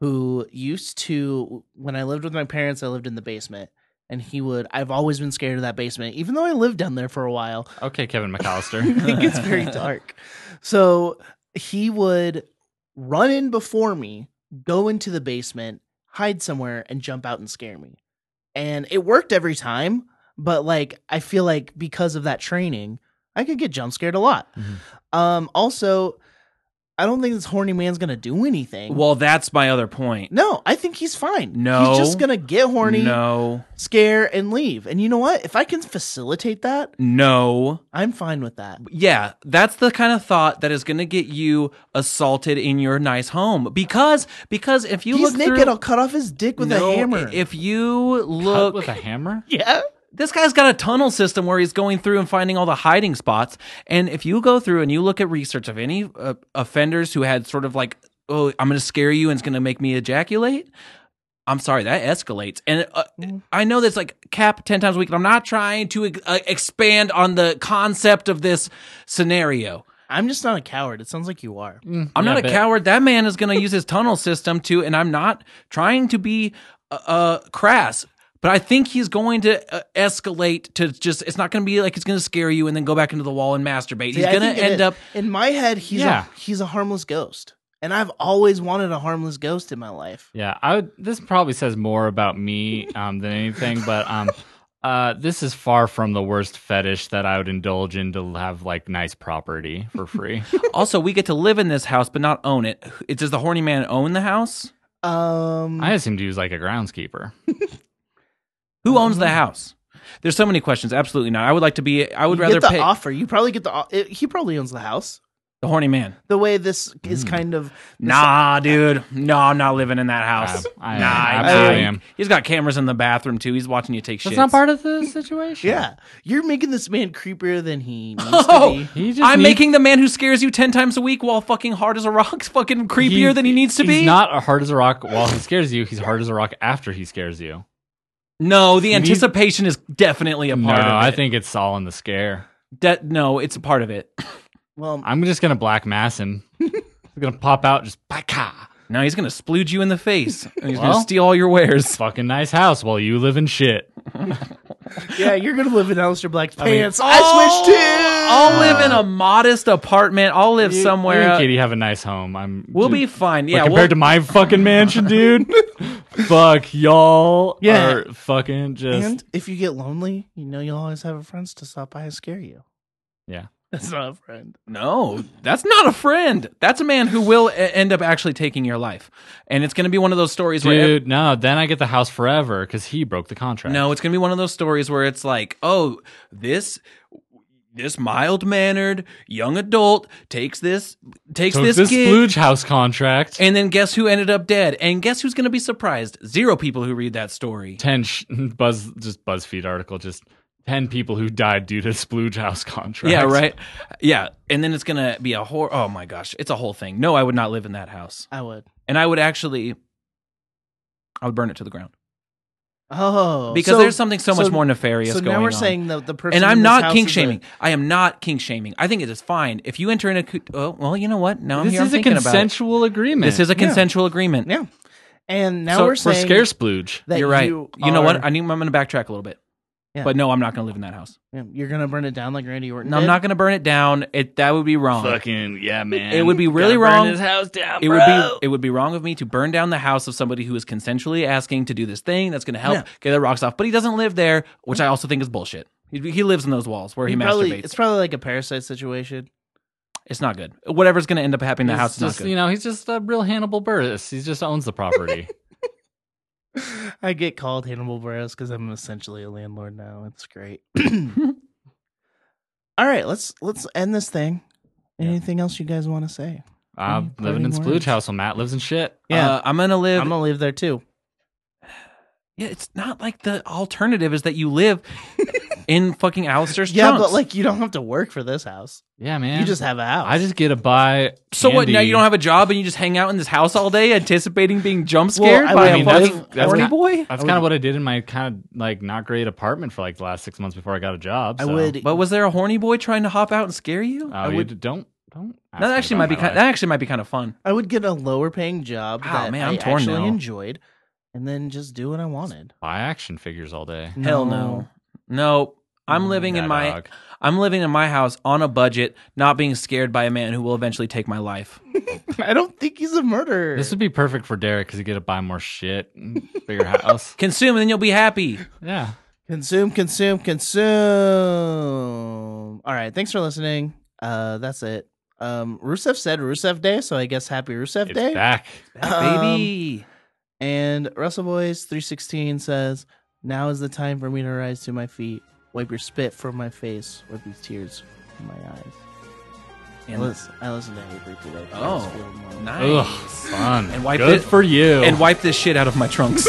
C: who used to when i lived with my parents i lived in the basement and he would i've always been scared of that basement even though i lived down there for a while
E: Okay, Kevin
C: it
E: McAllister.
C: gets very dark. So he would run in before me, go into the basement, hide somewhere, and jump out and scare me. And it worked every time. But like, I feel like because of that training, I could get jump scared a lot.
D: Mm-hmm.
C: Um, also, I don't think this horny man's gonna do anything.
D: Well, that's my other point.
C: no, I think he's fine.
D: No.
C: he's just gonna get horny,
D: No,
C: scare, and leave. And you know what? If I can facilitate that,
D: no.
C: I'm fine with that.
D: Yeah, that's the kind of thought that is going to get you assaulted in your nice home because because if you
C: he's
D: look
C: naked.
D: through,
C: I'll cut off his dick with
D: No,
C: a hammer.
D: If you
E: Cut
D: look,
E: with a hammer.
C: yeah.
D: this guy's got a tunnel system where he's going through and finding all the hiding spots. And if you go through and you look at research of any uh, offenders who had sort of like, oh, I'm going to scare you and it's going to make me ejaculate. I'm sorry, that escalates. And uh,
C: Mm.
D: I know that's like cap 10 times a week, and I'm not trying to ex- uh, expand on the concept of this scenario.
C: I'm just not a coward. It sounds like you are.
D: I'm
E: Yeah,
D: not a
E: but-
D: coward. That man is going to use his tunnel system to, and I'm not trying to be uh, uh, crass, but I think he's going to uh, escalate to just. It's not going to be like it's going to scare you and then go back into the wall and masturbate.
C: See,
D: he's
C: I
D: going
C: think
D: to
C: in
D: end
C: it-
D: up.
C: in my head. He's
E: Yeah.
C: a, he's a harmless ghost, and I've always wanted a harmless ghost in my life.
E: Yeah, I would, this probably says more about me um, than anything, but um, uh, this is far from the worst fetish that I would indulge in to have like nice property for free.
D: also, we get to live in this house, but not own it. It does the horny man own the house?
C: Um,
E: I assumed he was like a groundskeeper.
D: Who owns the house? There's so many questions. Absolutely not. I would like to be. I would
C: you
D: rather
C: get the
D: pay
C: offer. You probably get the. o- It, he probably owns the house.
D: the horny man.
C: The way this is kind of
D: Nah, dude. No, I'm not living in that house.
E: I, I,
D: nah,
E: I,
D: I'm
E: absolutely
D: not.
E: am.
D: He's got cameras in the bathroom too. He's watching you take shit.
E: of the situation.
C: yeah. You're making this man creepier than he needs to
D: Oh,
C: be.
E: He just
D: I'm
E: needs-
D: making the man who scares you ten times a week while fucking hard as a rock fucking creepier than he needs to
E: He's
D: be.
E: not a hard as a rock while he scares you. He's hard as a rock after he scares you.
D: no, the
E: needs-
D: anticipation is definitely a
E: No,
D: part of it.
E: I think it's all in the scare.
D: that no, it's a part of it.
C: Well,
E: I'm just gonna black mass him. He's gonna pop out just baka.
D: No, he's gonna splooge you in the face. And he's
E: Well-
D: gonna steal all your wares.
E: Fucking nice house while you live in shit.
C: yeah, you're gonna live in Alistair Black's
E: mean-
C: pants. I, oh! switched too.
D: I'll live in a modest apartment. I'll live
E: You- you
D: somewhere.
E: and
D: uh,
E: Katie have a nice home. I'm.
D: We'll be fine.
E: But
D: Yeah,
E: compared to my fucking mansion, dude. fuck y'all.
C: Yeah.
E: Are fucking just.
C: And if you get lonely, you know you'll always have a friend to stop by and scare you.
E: Yeah.
C: That's not a friend.
D: No, that's not a friend. That's a man who will e- end up actually taking your life, and it's gonna be one of those stories where
E: Dude, no. Then I get the house forever because he broke the contract.
D: No, it's gonna be one of those stories where it's like, oh, this this mild mannered young adult takes this takes
E: Took
D: this,
E: this,
D: gig,
E: Splooge house contract.
D: and then guess who ended up dead? And guess who's gonna be surprised? Zero people who read that story.
E: ten sh- buzz just BuzzFeed article just ten people who died due to Splooge house contract.
D: Yeah, right. Yeah, and then it's gonna be a horror. Oh my gosh, it's a whole thing. No, I would not live in that house,
C: I would.
D: and I would actually. I would burn it to the ground
C: Oh,
D: because
C: so-
D: there's something so, much
C: so-
D: more nefarious
C: So
D: going
C: now we're
D: on.
C: saying that the person,
D: and
C: in
D: I'm
C: this
D: not
C: house
D: king
C: is a-
D: shaming. I am not king shaming. I think it is fine if you enter in a. co- Oh, well, you know what? Now
E: this
D: I'm here. I'm
E: is a
D: thinking about it.
E: consensual agreement.
D: This is a
E: Yeah.
D: consensual agreement.
C: Yeah. and now
D: So
C: we're
E: for
C: saying
E: scare splooge.
C: that
D: You're right.
C: You,
D: know what?
C: are-
D: I need, I'm going to backtrack a little bit.
C: Yeah.
D: But no, I'm not going to live in that house.
C: Yeah, You're gonna burn it down like Randy Orton.
D: No, I'm
C: did?
D: not going to burn it down. It that would be wrong.
E: Fucking yeah, man.
D: It would be really
E: Gotta burn
D: wrong.
E: His house down,
D: It
E: bro.
D: would be it would be wrong of me to burn down the house of somebody who is consensually asking to do this thing that's going to help
C: Yeah.
D: get the rocks off. But he doesn't live there, which I also think is bullshit. He, he lives in those walls where he,
C: You probably-
D: masturbates.
C: It's
D: It's,
C: probably like a parasite situation.
D: not good. Whatever's going to end up happening in the
E: He's
D: house is not
E: just,
D: good.
E: you know, he's just a real Hannibal Burris. He just owns the property.
C: I get called Hannibal Buress because I'm essentially a landlord now. It's great. All right, let's let's end this thing. Anything else you guys want to say?
E: I'm
C: Any
E: living in
C: parting
E: Splooge
C: words?
E: House while Matt lives in shit.
C: Yeah,
D: Uh, I'm going to live.
C: I'm gonna leave there too.
D: yeah, it's not like the alternative is that you live in fucking Alistair's
C: Yeah,
D: trunks.
C: but like you don't have to work for this house.
E: Yeah, man.
C: You just have a house.
E: I just get to buy.
D: So what? Now
E: candy.
D: you don't have a job and you just hang out in this house all day, anticipating being jump scared
C: I
D: by
C: would
D: a
E: mean, that's-
D: fucking
E: that's
D: horny
E: not-
D: boy.
E: That's kind of what I did in my kind of like not great apartment for like the last six months before I got a job.
C: I
E: so-
C: would.
D: But was there a horny boy trying to hop out and scare you?
E: Oh, you d- don't don't. ask
D: that
E: me
D: actually might
E: about
D: be
E: my
D: kind.
E: life.
D: That actually might be kind of fun.
C: I would get a lower paying job
D: Wow,
C: that
D: man,
C: I
D: I'm torn
C: actually
D: now.
C: enjoyed, and then just do what I wanted.
E: buy action figures all day.
D: Hell no, no. I'm living
E: Nah,
D: in my
E: Mm, dog.
D: I'm living in my house on a budget, not being scared by a man who will eventually take my life.
C: I don't think he's a murderer.
E: This would be perfect for Derek because you get to buy more shit, and bigger house.
D: Consume and then you'll be happy.
E: Yeah.
C: Consume, consume, consume. All right, thanks for listening. Uh, that's it. Um, Rusev said Rusev Day, so I guess Happy Rusev
E: It's
C: Day.
E: back.
C: Um,
D: Baby.
C: And Russell Boys three sixteen says, "Now is the time for me to rise to my feet. Wipe your spit from my face, or these tears from my eyes." I
D: And,
C: listen, I listen to Avery today. 'cause I was
D: oh,
C: feeling low.
D: nice.
E: Ugh, fun.
D: And wipe
E: Good
D: it-
E: for you.
D: And wipe this shit out of my trunks.